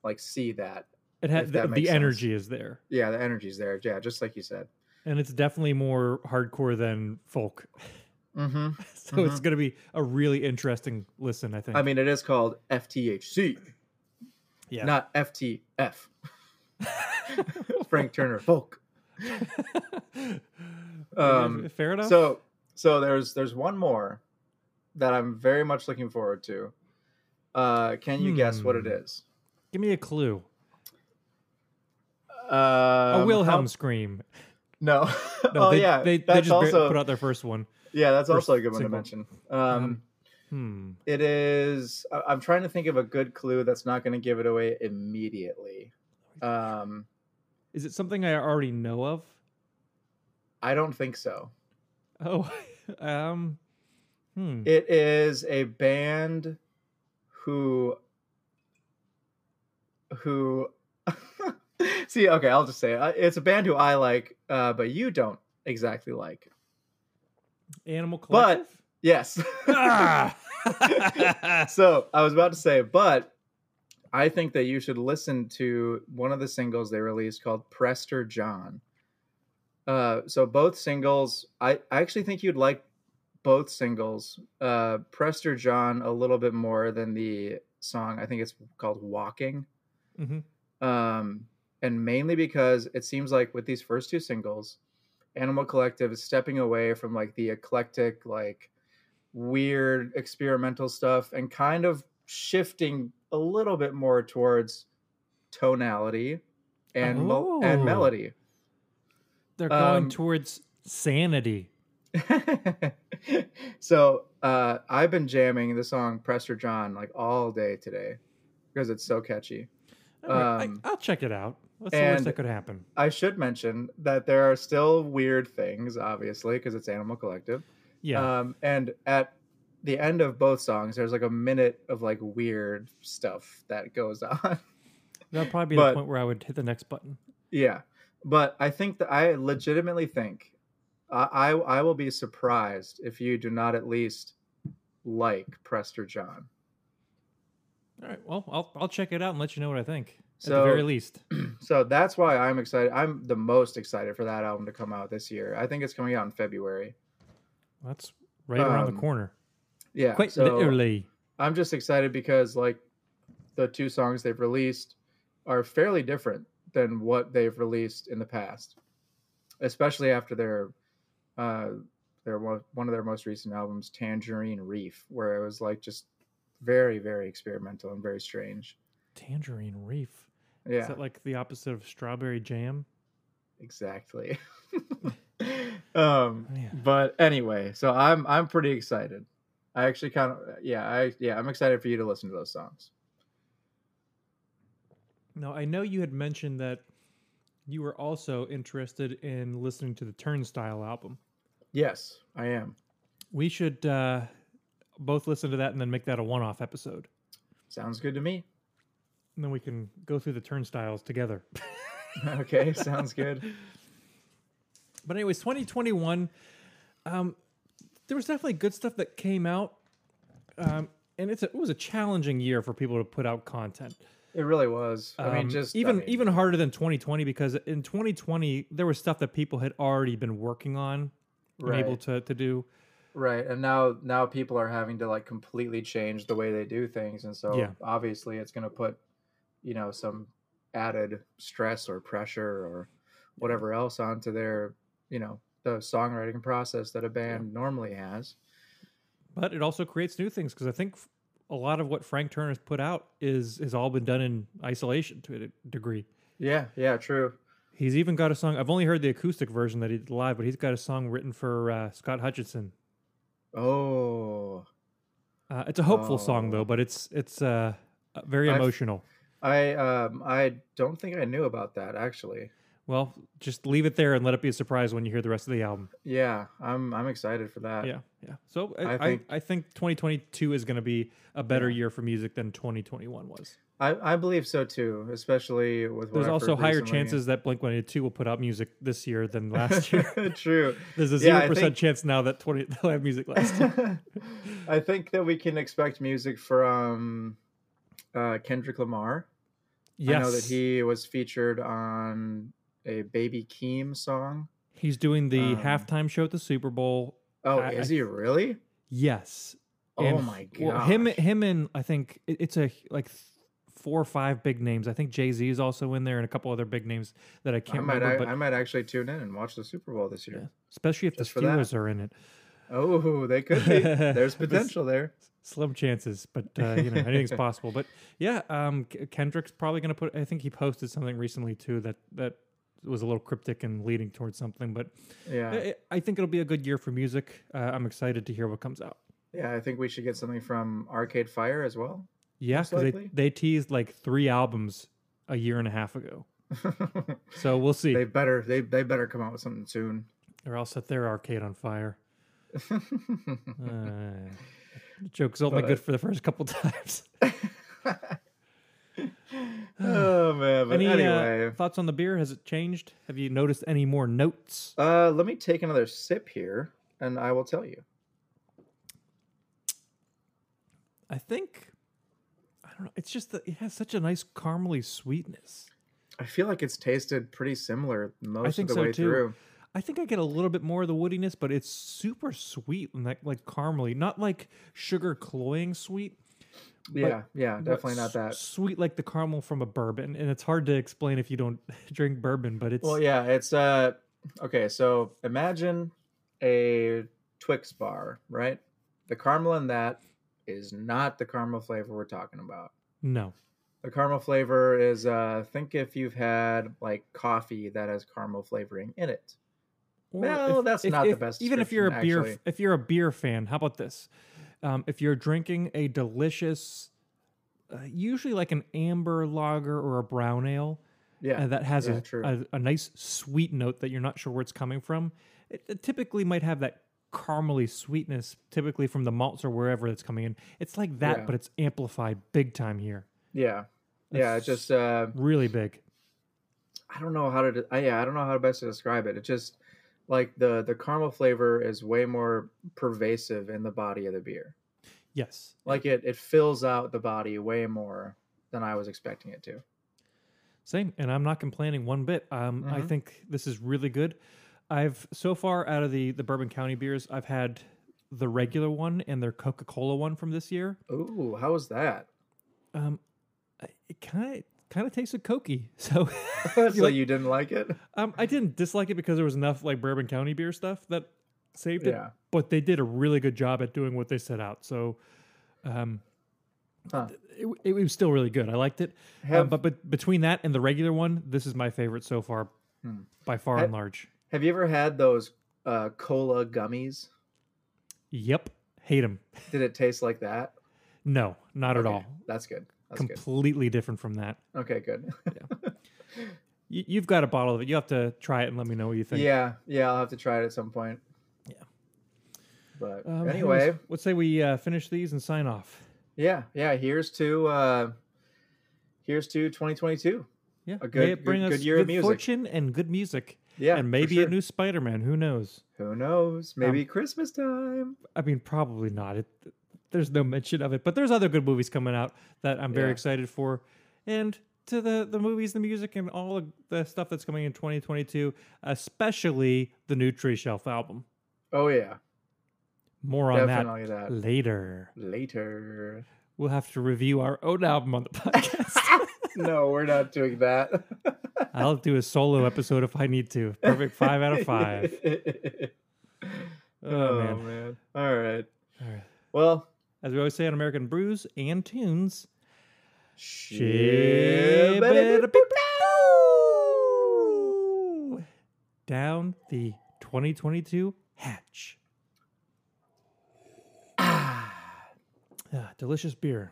[SPEAKER 3] like see that.
[SPEAKER 2] it had
[SPEAKER 3] if
[SPEAKER 2] the,
[SPEAKER 3] that
[SPEAKER 2] the
[SPEAKER 3] makes sense.
[SPEAKER 2] energy is there,
[SPEAKER 3] Yeah, the energy's there. Yeah, just like you said.
[SPEAKER 2] and it's definitely more hardcore than folk. (laughs)
[SPEAKER 3] hmm
[SPEAKER 2] so it's going to be a really interesting listen. I think.
[SPEAKER 3] I mean, it is called FTHC,
[SPEAKER 2] yeah. (laughs)
[SPEAKER 3] not FTF. Frank Turner Folk. Um,
[SPEAKER 2] fair enough.
[SPEAKER 3] So, so there's there's one more that I'm very much looking forward to. Uh, can you guess what it
[SPEAKER 2] Hmm.
[SPEAKER 3] is?
[SPEAKER 2] give me a clue.
[SPEAKER 3] Um,
[SPEAKER 2] a
[SPEAKER 3] how-
[SPEAKER 2] Wilhelm scream.
[SPEAKER 3] No.
[SPEAKER 2] Oh, (laughs) No,
[SPEAKER 3] oh
[SPEAKER 2] they,
[SPEAKER 3] yeah,
[SPEAKER 2] they, they
[SPEAKER 3] that's
[SPEAKER 2] just bar-
[SPEAKER 3] also
[SPEAKER 2] put out their first one.
[SPEAKER 3] yeah, that's
[SPEAKER 2] first
[SPEAKER 3] also a good one to
[SPEAKER 2] single.
[SPEAKER 3] mention. um
[SPEAKER 2] Um, Hmm.
[SPEAKER 3] It is. I- I'm trying to think of a good clue that's not going to give it away immediately. Um,
[SPEAKER 2] Is it something I already know of? (laughs)
[SPEAKER 3] I don't think so.
[SPEAKER 2] Oh, um, hmm.
[SPEAKER 3] It is a band who who. (laughs) See, okay, I'll just say it. I- it's a band who I like, uh, but you don't exactly like.
[SPEAKER 2] Animal
[SPEAKER 3] but-
[SPEAKER 2] Collective.
[SPEAKER 3] Yes. (laughs)
[SPEAKER 2] (laughs) Ah!
[SPEAKER 3] so I was about to say, but I think that you should listen to one of the singles they released called Prester John. Uh, so both singles, I, I actually think you'd like both singles. Uh, Prester John a little bit more than the song. I think it's called Walking
[SPEAKER 2] Mhm.
[SPEAKER 3] um, and mainly because it seems like with these first two singles, Animal Collective is stepping away from like the eclectic, like weird experimental stuff and kind of shifting a little bit more towards tonality and mo- and
[SPEAKER 2] Oh.
[SPEAKER 3] melody. (laughs)
[SPEAKER 2] They're going
[SPEAKER 3] um,
[SPEAKER 2] towards sanity.
[SPEAKER 3] so uh, I've been jamming the song Prester John like all day today because it's so catchy.
[SPEAKER 2] All right,
[SPEAKER 3] um,
[SPEAKER 2] I, will check it out. What's the worst
[SPEAKER 3] and-
[SPEAKER 2] that could happen?
[SPEAKER 3] I should mention that there are still weird things, obviously, because it's Animal Collective.
[SPEAKER 2] Yeah.
[SPEAKER 3] Um, and at the end of both songs, there's like a minute of like weird stuff that goes (laughs) on.
[SPEAKER 2] That'll probably be
[SPEAKER 3] But-
[SPEAKER 2] the point where I would hit the next button.
[SPEAKER 3] Yeah, but I think that I legitimately think I, I I will be surprised if you do not at least like Prester John.
[SPEAKER 2] All right. Well, I'll I'll check it out and let you know what I think. at
[SPEAKER 3] So-
[SPEAKER 2] the very least.
[SPEAKER 3] So that's why I'm excited. I'm the most excited for that album to come out this year. I think it's coming out in February.
[SPEAKER 2] That's right around
[SPEAKER 3] Um,
[SPEAKER 2] the corner.
[SPEAKER 3] Yeah,
[SPEAKER 2] Quite
[SPEAKER 3] so
[SPEAKER 2] literally.
[SPEAKER 3] I'm just excited because like the two songs they've released are fairly different than what they've released in the past, especially after their uh, their one one of their most recent albums, Tangerine Reef, where it was like just very very experimental and very strange.
[SPEAKER 2] Tangerine Reef.
[SPEAKER 3] Yeah,
[SPEAKER 2] Is that like the opposite of strawberry jam?
[SPEAKER 3] exactly. (laughs) um,
[SPEAKER 2] Yeah.
[SPEAKER 3] but anyway, so I'm I'm pretty excited. I actually kind of yeah I yeah I'm excited for you to listen to those songs.
[SPEAKER 2] No, I know you had mentioned that you were also interested in listening to the Turnstile album.
[SPEAKER 3] Yes, I am.
[SPEAKER 2] We should uh, both listen to that and then make that a one-off episode.
[SPEAKER 3] Sounds good to me.
[SPEAKER 2] And then we can go through the turnstiles together.
[SPEAKER 3] (laughs) okay, sounds good.
[SPEAKER 2] But anyways, 2021, um, there was definitely good stuff that came out, um, and it's a, it was a challenging year for people to put out content.
[SPEAKER 3] It really was. I mean,
[SPEAKER 2] Um,
[SPEAKER 3] just I
[SPEAKER 2] even
[SPEAKER 3] mean,
[SPEAKER 2] even harder than 2020 because in 2020 there was stuff that people had already been working on, and
[SPEAKER 3] right,
[SPEAKER 2] able to to do.
[SPEAKER 3] right. And now now people are having to like completely change the way they do things, and so
[SPEAKER 2] Yeah.
[SPEAKER 3] obviously it's going to put you know some added stress or pressure or whatever else onto their you know the songwriting process that a band normally has.
[SPEAKER 2] But it also creates new things because I think f- a lot of what Frank Turner's put out is has all been done in isolation to a de- degree.
[SPEAKER 3] Yeah, yeah, true.
[SPEAKER 2] He's even got a song. I've only heard the acoustic version that he did live, but he's got a song written for uh, Scott Hutchinson.
[SPEAKER 3] Oh,
[SPEAKER 2] Uh, it's a hopeful song
[SPEAKER 3] Oh.
[SPEAKER 2] though, but it's it's uh, uh, very
[SPEAKER 3] I've-
[SPEAKER 2] emotional.
[SPEAKER 3] I um I don't think I knew about that actually.
[SPEAKER 2] Well, just leave it there and let it be a surprise when you hear the rest of the album.
[SPEAKER 3] Yeah, I'm I'm excited for that.
[SPEAKER 2] yeah, yeah. So I,
[SPEAKER 3] I
[SPEAKER 2] I,
[SPEAKER 3] think-
[SPEAKER 2] I, think 2022 is going to be a better
[SPEAKER 3] Yeah.
[SPEAKER 2] year for music than 2021 was.
[SPEAKER 3] I, I believe so too, especially with. what
[SPEAKER 2] There's
[SPEAKER 3] I've
[SPEAKER 2] also
[SPEAKER 3] heard
[SPEAKER 2] higher
[SPEAKER 3] recently.
[SPEAKER 2] chances that Blink 182 will put out music this year than
[SPEAKER 3] (laughs)
[SPEAKER 2] last year. (laughs)
[SPEAKER 3] True.
[SPEAKER 2] There's a
[SPEAKER 3] Yeah,
[SPEAKER 2] zero
[SPEAKER 3] I
[SPEAKER 2] percent
[SPEAKER 3] think-
[SPEAKER 2] chance now that 20 (laughs) they'll have music last year.
[SPEAKER 3] I think that we can expect music from uh, Kendrick Lamar.
[SPEAKER 2] yes,
[SPEAKER 3] I know that he was featured on a Baby Keem song.
[SPEAKER 2] he's doing the
[SPEAKER 3] um,
[SPEAKER 2] halftime show at the Super Bowl.
[SPEAKER 3] Oh,
[SPEAKER 2] I-
[SPEAKER 3] is
[SPEAKER 2] I-
[SPEAKER 3] he really?
[SPEAKER 2] Yes.
[SPEAKER 3] Oh
[SPEAKER 2] and-
[SPEAKER 3] my god.
[SPEAKER 2] well, him, him, and I think it- it's a like th- four or five big names. I think Jay Z is also in there, and a couple other big names that I
[SPEAKER 3] I
[SPEAKER 2] can't
[SPEAKER 3] might
[SPEAKER 2] remember.
[SPEAKER 3] I,
[SPEAKER 2] but
[SPEAKER 3] I might actually tune in and watch the Super Bowl this
[SPEAKER 2] yeah,
[SPEAKER 3] year.
[SPEAKER 2] especially if the
[SPEAKER 3] Just for that.
[SPEAKER 2] Steelers are in it.
[SPEAKER 3] Oh, they could
[SPEAKER 2] (laughs)
[SPEAKER 3] be. There's
[SPEAKER 2] But s-
[SPEAKER 3] potential there.
[SPEAKER 2] slim chances, but uh, you know
[SPEAKER 3] (laughs)
[SPEAKER 2] anything's possible. But yeah, um, K- Kendrick's probably going to put. I think he posted something recently too that that was a little cryptic and leading towards something. But
[SPEAKER 3] Yeah.
[SPEAKER 2] I, I think it'll be a good year for music. Uh, I'm excited to hear what comes out.
[SPEAKER 3] Yeah, I think we should get something from Arcade Fire as well. (laughs)
[SPEAKER 2] Yeah,
[SPEAKER 3] Most
[SPEAKER 2] because they
[SPEAKER 3] likely.
[SPEAKER 2] they teased like three albums a year and a half ago. So we'll see,
[SPEAKER 3] they better they they better come out with something soon.
[SPEAKER 2] or I'll set their arcade on
[SPEAKER 3] (laughs)
[SPEAKER 2] fire. Uh, joke's only
[SPEAKER 3] But-
[SPEAKER 2] good for the first couple (laughs) times.
[SPEAKER 3] oh man, but
[SPEAKER 2] any uh,
[SPEAKER 3] anyway.
[SPEAKER 2] thoughts on the beer? Has it changed? Have you noticed any more notes?
[SPEAKER 3] Uh let me take another sip here and I will tell you.
[SPEAKER 2] I think I don't know. It's just that it has such a nice caramely sweetness.
[SPEAKER 3] I feel like it's tasted pretty similar most
[SPEAKER 2] think
[SPEAKER 3] of the
[SPEAKER 2] so,
[SPEAKER 3] way
[SPEAKER 2] too.
[SPEAKER 3] through.
[SPEAKER 2] I think I get a little bit more of the woodiness, but it's super sweet and like like caramely, not like sugar cloying sweet.
[SPEAKER 3] Yeah, yeah,
[SPEAKER 2] but
[SPEAKER 3] definitely not
[SPEAKER 2] s-
[SPEAKER 3] that.
[SPEAKER 2] sweet like the caramel from a bourbon. And it's hard to explain if you don't (laughs) drink bourbon, but it's
[SPEAKER 3] Well, yeah, it's uh okay, so imagine a Twix bar, right? The caramel in that is not the caramel flavor we're talking about.
[SPEAKER 2] no.
[SPEAKER 3] The caramel flavor is uh think if you've had like coffee that has caramel flavoring in it.
[SPEAKER 2] Or
[SPEAKER 3] Well, that's not the
[SPEAKER 2] if-
[SPEAKER 3] best
[SPEAKER 2] Even if you're a
[SPEAKER 3] description,
[SPEAKER 2] beer,
[SPEAKER 3] actually.
[SPEAKER 2] f- if you're a beer fan, how about this? Um, if you're drinking a delicious, uh, usually like an amber lager or a brown ale,
[SPEAKER 3] Yeah.
[SPEAKER 2] uh, that has
[SPEAKER 3] yeah,
[SPEAKER 2] a,
[SPEAKER 3] true.
[SPEAKER 2] a a nice sweet note that you're not sure where it's coming from. It, it typically might have that caramely sweetness, typically from the malts or wherever that's coming in. It's like that,
[SPEAKER 3] Yeah.
[SPEAKER 2] but it's amplified big time here.
[SPEAKER 3] yeah. yeah, it
[SPEAKER 2] It's
[SPEAKER 3] just uh,
[SPEAKER 2] really big.
[SPEAKER 3] I don't know how to. de- I, yeah, I don't know how to best to describe it. It just like the the caramel flavor is way more pervasive in the body of the beer.
[SPEAKER 2] Yes.
[SPEAKER 3] Like it it fills out the body way more than I was expecting it to.
[SPEAKER 2] Same, and I'm not complaining one bit. Um, I
[SPEAKER 3] Mhm.
[SPEAKER 2] think this is really good. I've so far out of the the Bourbon County beers, I've had the regular one and their Coca Cola one from this year.
[SPEAKER 3] Ooh, how was that? (laughs)
[SPEAKER 2] Um, I- it kind of kind of tastes of cokey. (laughs) So
[SPEAKER 3] so
[SPEAKER 2] like-
[SPEAKER 3] (laughs) you didn't like it?
[SPEAKER 2] um, I didn't dislike it because there was enough like Bourbon County beer stuff that saved it.
[SPEAKER 3] (laughs) Yeah.
[SPEAKER 2] But they did a really good job at doing what they set out. So, um,
[SPEAKER 3] Huh.
[SPEAKER 2] it, it was still really good. I liked it. Um,
[SPEAKER 3] Have
[SPEAKER 2] but but between that and the regular one, this is my favorite so far,
[SPEAKER 3] Hmm.
[SPEAKER 2] by far
[SPEAKER 3] Ha-
[SPEAKER 2] and large.
[SPEAKER 3] Have you ever had those uh, cola gummies?
[SPEAKER 2] Yep, hate them.
[SPEAKER 3] Did it taste like that?
[SPEAKER 2] No, not at
[SPEAKER 3] Okay,
[SPEAKER 2] all.
[SPEAKER 3] That's good. That's
[SPEAKER 2] Completely different from that.
[SPEAKER 3] good. Okay, good. (laughs)
[SPEAKER 2] You, you've got a bottle of it. You have to try it and let me know what you think.
[SPEAKER 3] yeah, yeah. I'll have to try it at some point.
[SPEAKER 2] Yeah.
[SPEAKER 3] But
[SPEAKER 2] Um,
[SPEAKER 3] anyway,
[SPEAKER 2] anyways, let's say we uh, finish these and sign off.
[SPEAKER 3] yeah, yeah. Here's to uh, here's to 2022.
[SPEAKER 2] Yeah,
[SPEAKER 3] A
[SPEAKER 2] may
[SPEAKER 3] good-
[SPEAKER 2] it bring
[SPEAKER 3] good-
[SPEAKER 2] us
[SPEAKER 3] good year of
[SPEAKER 2] good
[SPEAKER 3] music.
[SPEAKER 2] fortune and good music,
[SPEAKER 3] Yeah, for
[SPEAKER 2] and maybe
[SPEAKER 3] sure.
[SPEAKER 2] a new Um, Spider-Man. Who knows?
[SPEAKER 3] Who knows? Maybe Christmas time.
[SPEAKER 2] I mean, probably not. It, there's no mention of it, but there's other good movies coming out that I'm very
[SPEAKER 3] Yeah.
[SPEAKER 2] excited for. And to the the movies, the music, and all of the stuff that's coming in 2022, especially the new Tree Shelf album.
[SPEAKER 3] Oh yeah,
[SPEAKER 2] More on
[SPEAKER 3] definitely
[SPEAKER 2] that
[SPEAKER 3] that.
[SPEAKER 2] later. (laughs)
[SPEAKER 3] Later.
[SPEAKER 2] We'll have to review our own album on the (laughs) podcast.
[SPEAKER 3] no, we're not
[SPEAKER 2] (laughs)
[SPEAKER 3] doing that.
[SPEAKER 2] I'll do a solo episode if I need to. Perfect five out of
[SPEAKER 3] (laughs)
[SPEAKER 2] five.
[SPEAKER 3] oh
[SPEAKER 2] Oh, man.
[SPEAKER 3] man. All right.
[SPEAKER 2] All right.
[SPEAKER 3] Well.
[SPEAKER 2] As we always say on American Brews and Tunes, Shibbidi-bidi-boo. down the 2022 hatch. Ah, delicious beer.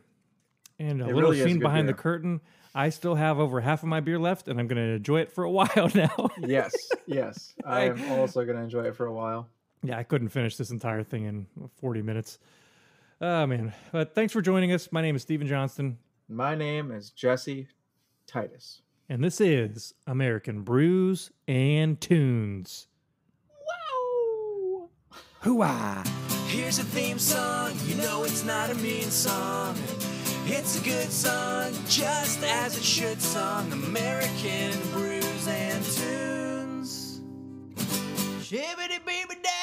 [SPEAKER 2] And a
[SPEAKER 3] It
[SPEAKER 2] little
[SPEAKER 3] really is
[SPEAKER 2] scene
[SPEAKER 3] good
[SPEAKER 2] behind the
[SPEAKER 3] beer.
[SPEAKER 2] curtain. I still have over half of my beer left, and I'm going to enjoy it for a while now. (laughs)
[SPEAKER 3] yes, yes. I
[SPEAKER 2] I-
[SPEAKER 3] am also going to enjoy it for a while.
[SPEAKER 2] yeah, I couldn't finish this entire thing in 40 minutes. Oh, man. But thanks for joining us. My name is Stephen Johnston,
[SPEAKER 3] My name is Jesse Titus.
[SPEAKER 2] and this is American Brews and Tunes.
[SPEAKER 1] Here's a theme song, you know it's not a mean song. It's a good song, just as it should song. American brews and tunes. Shibbity beeby da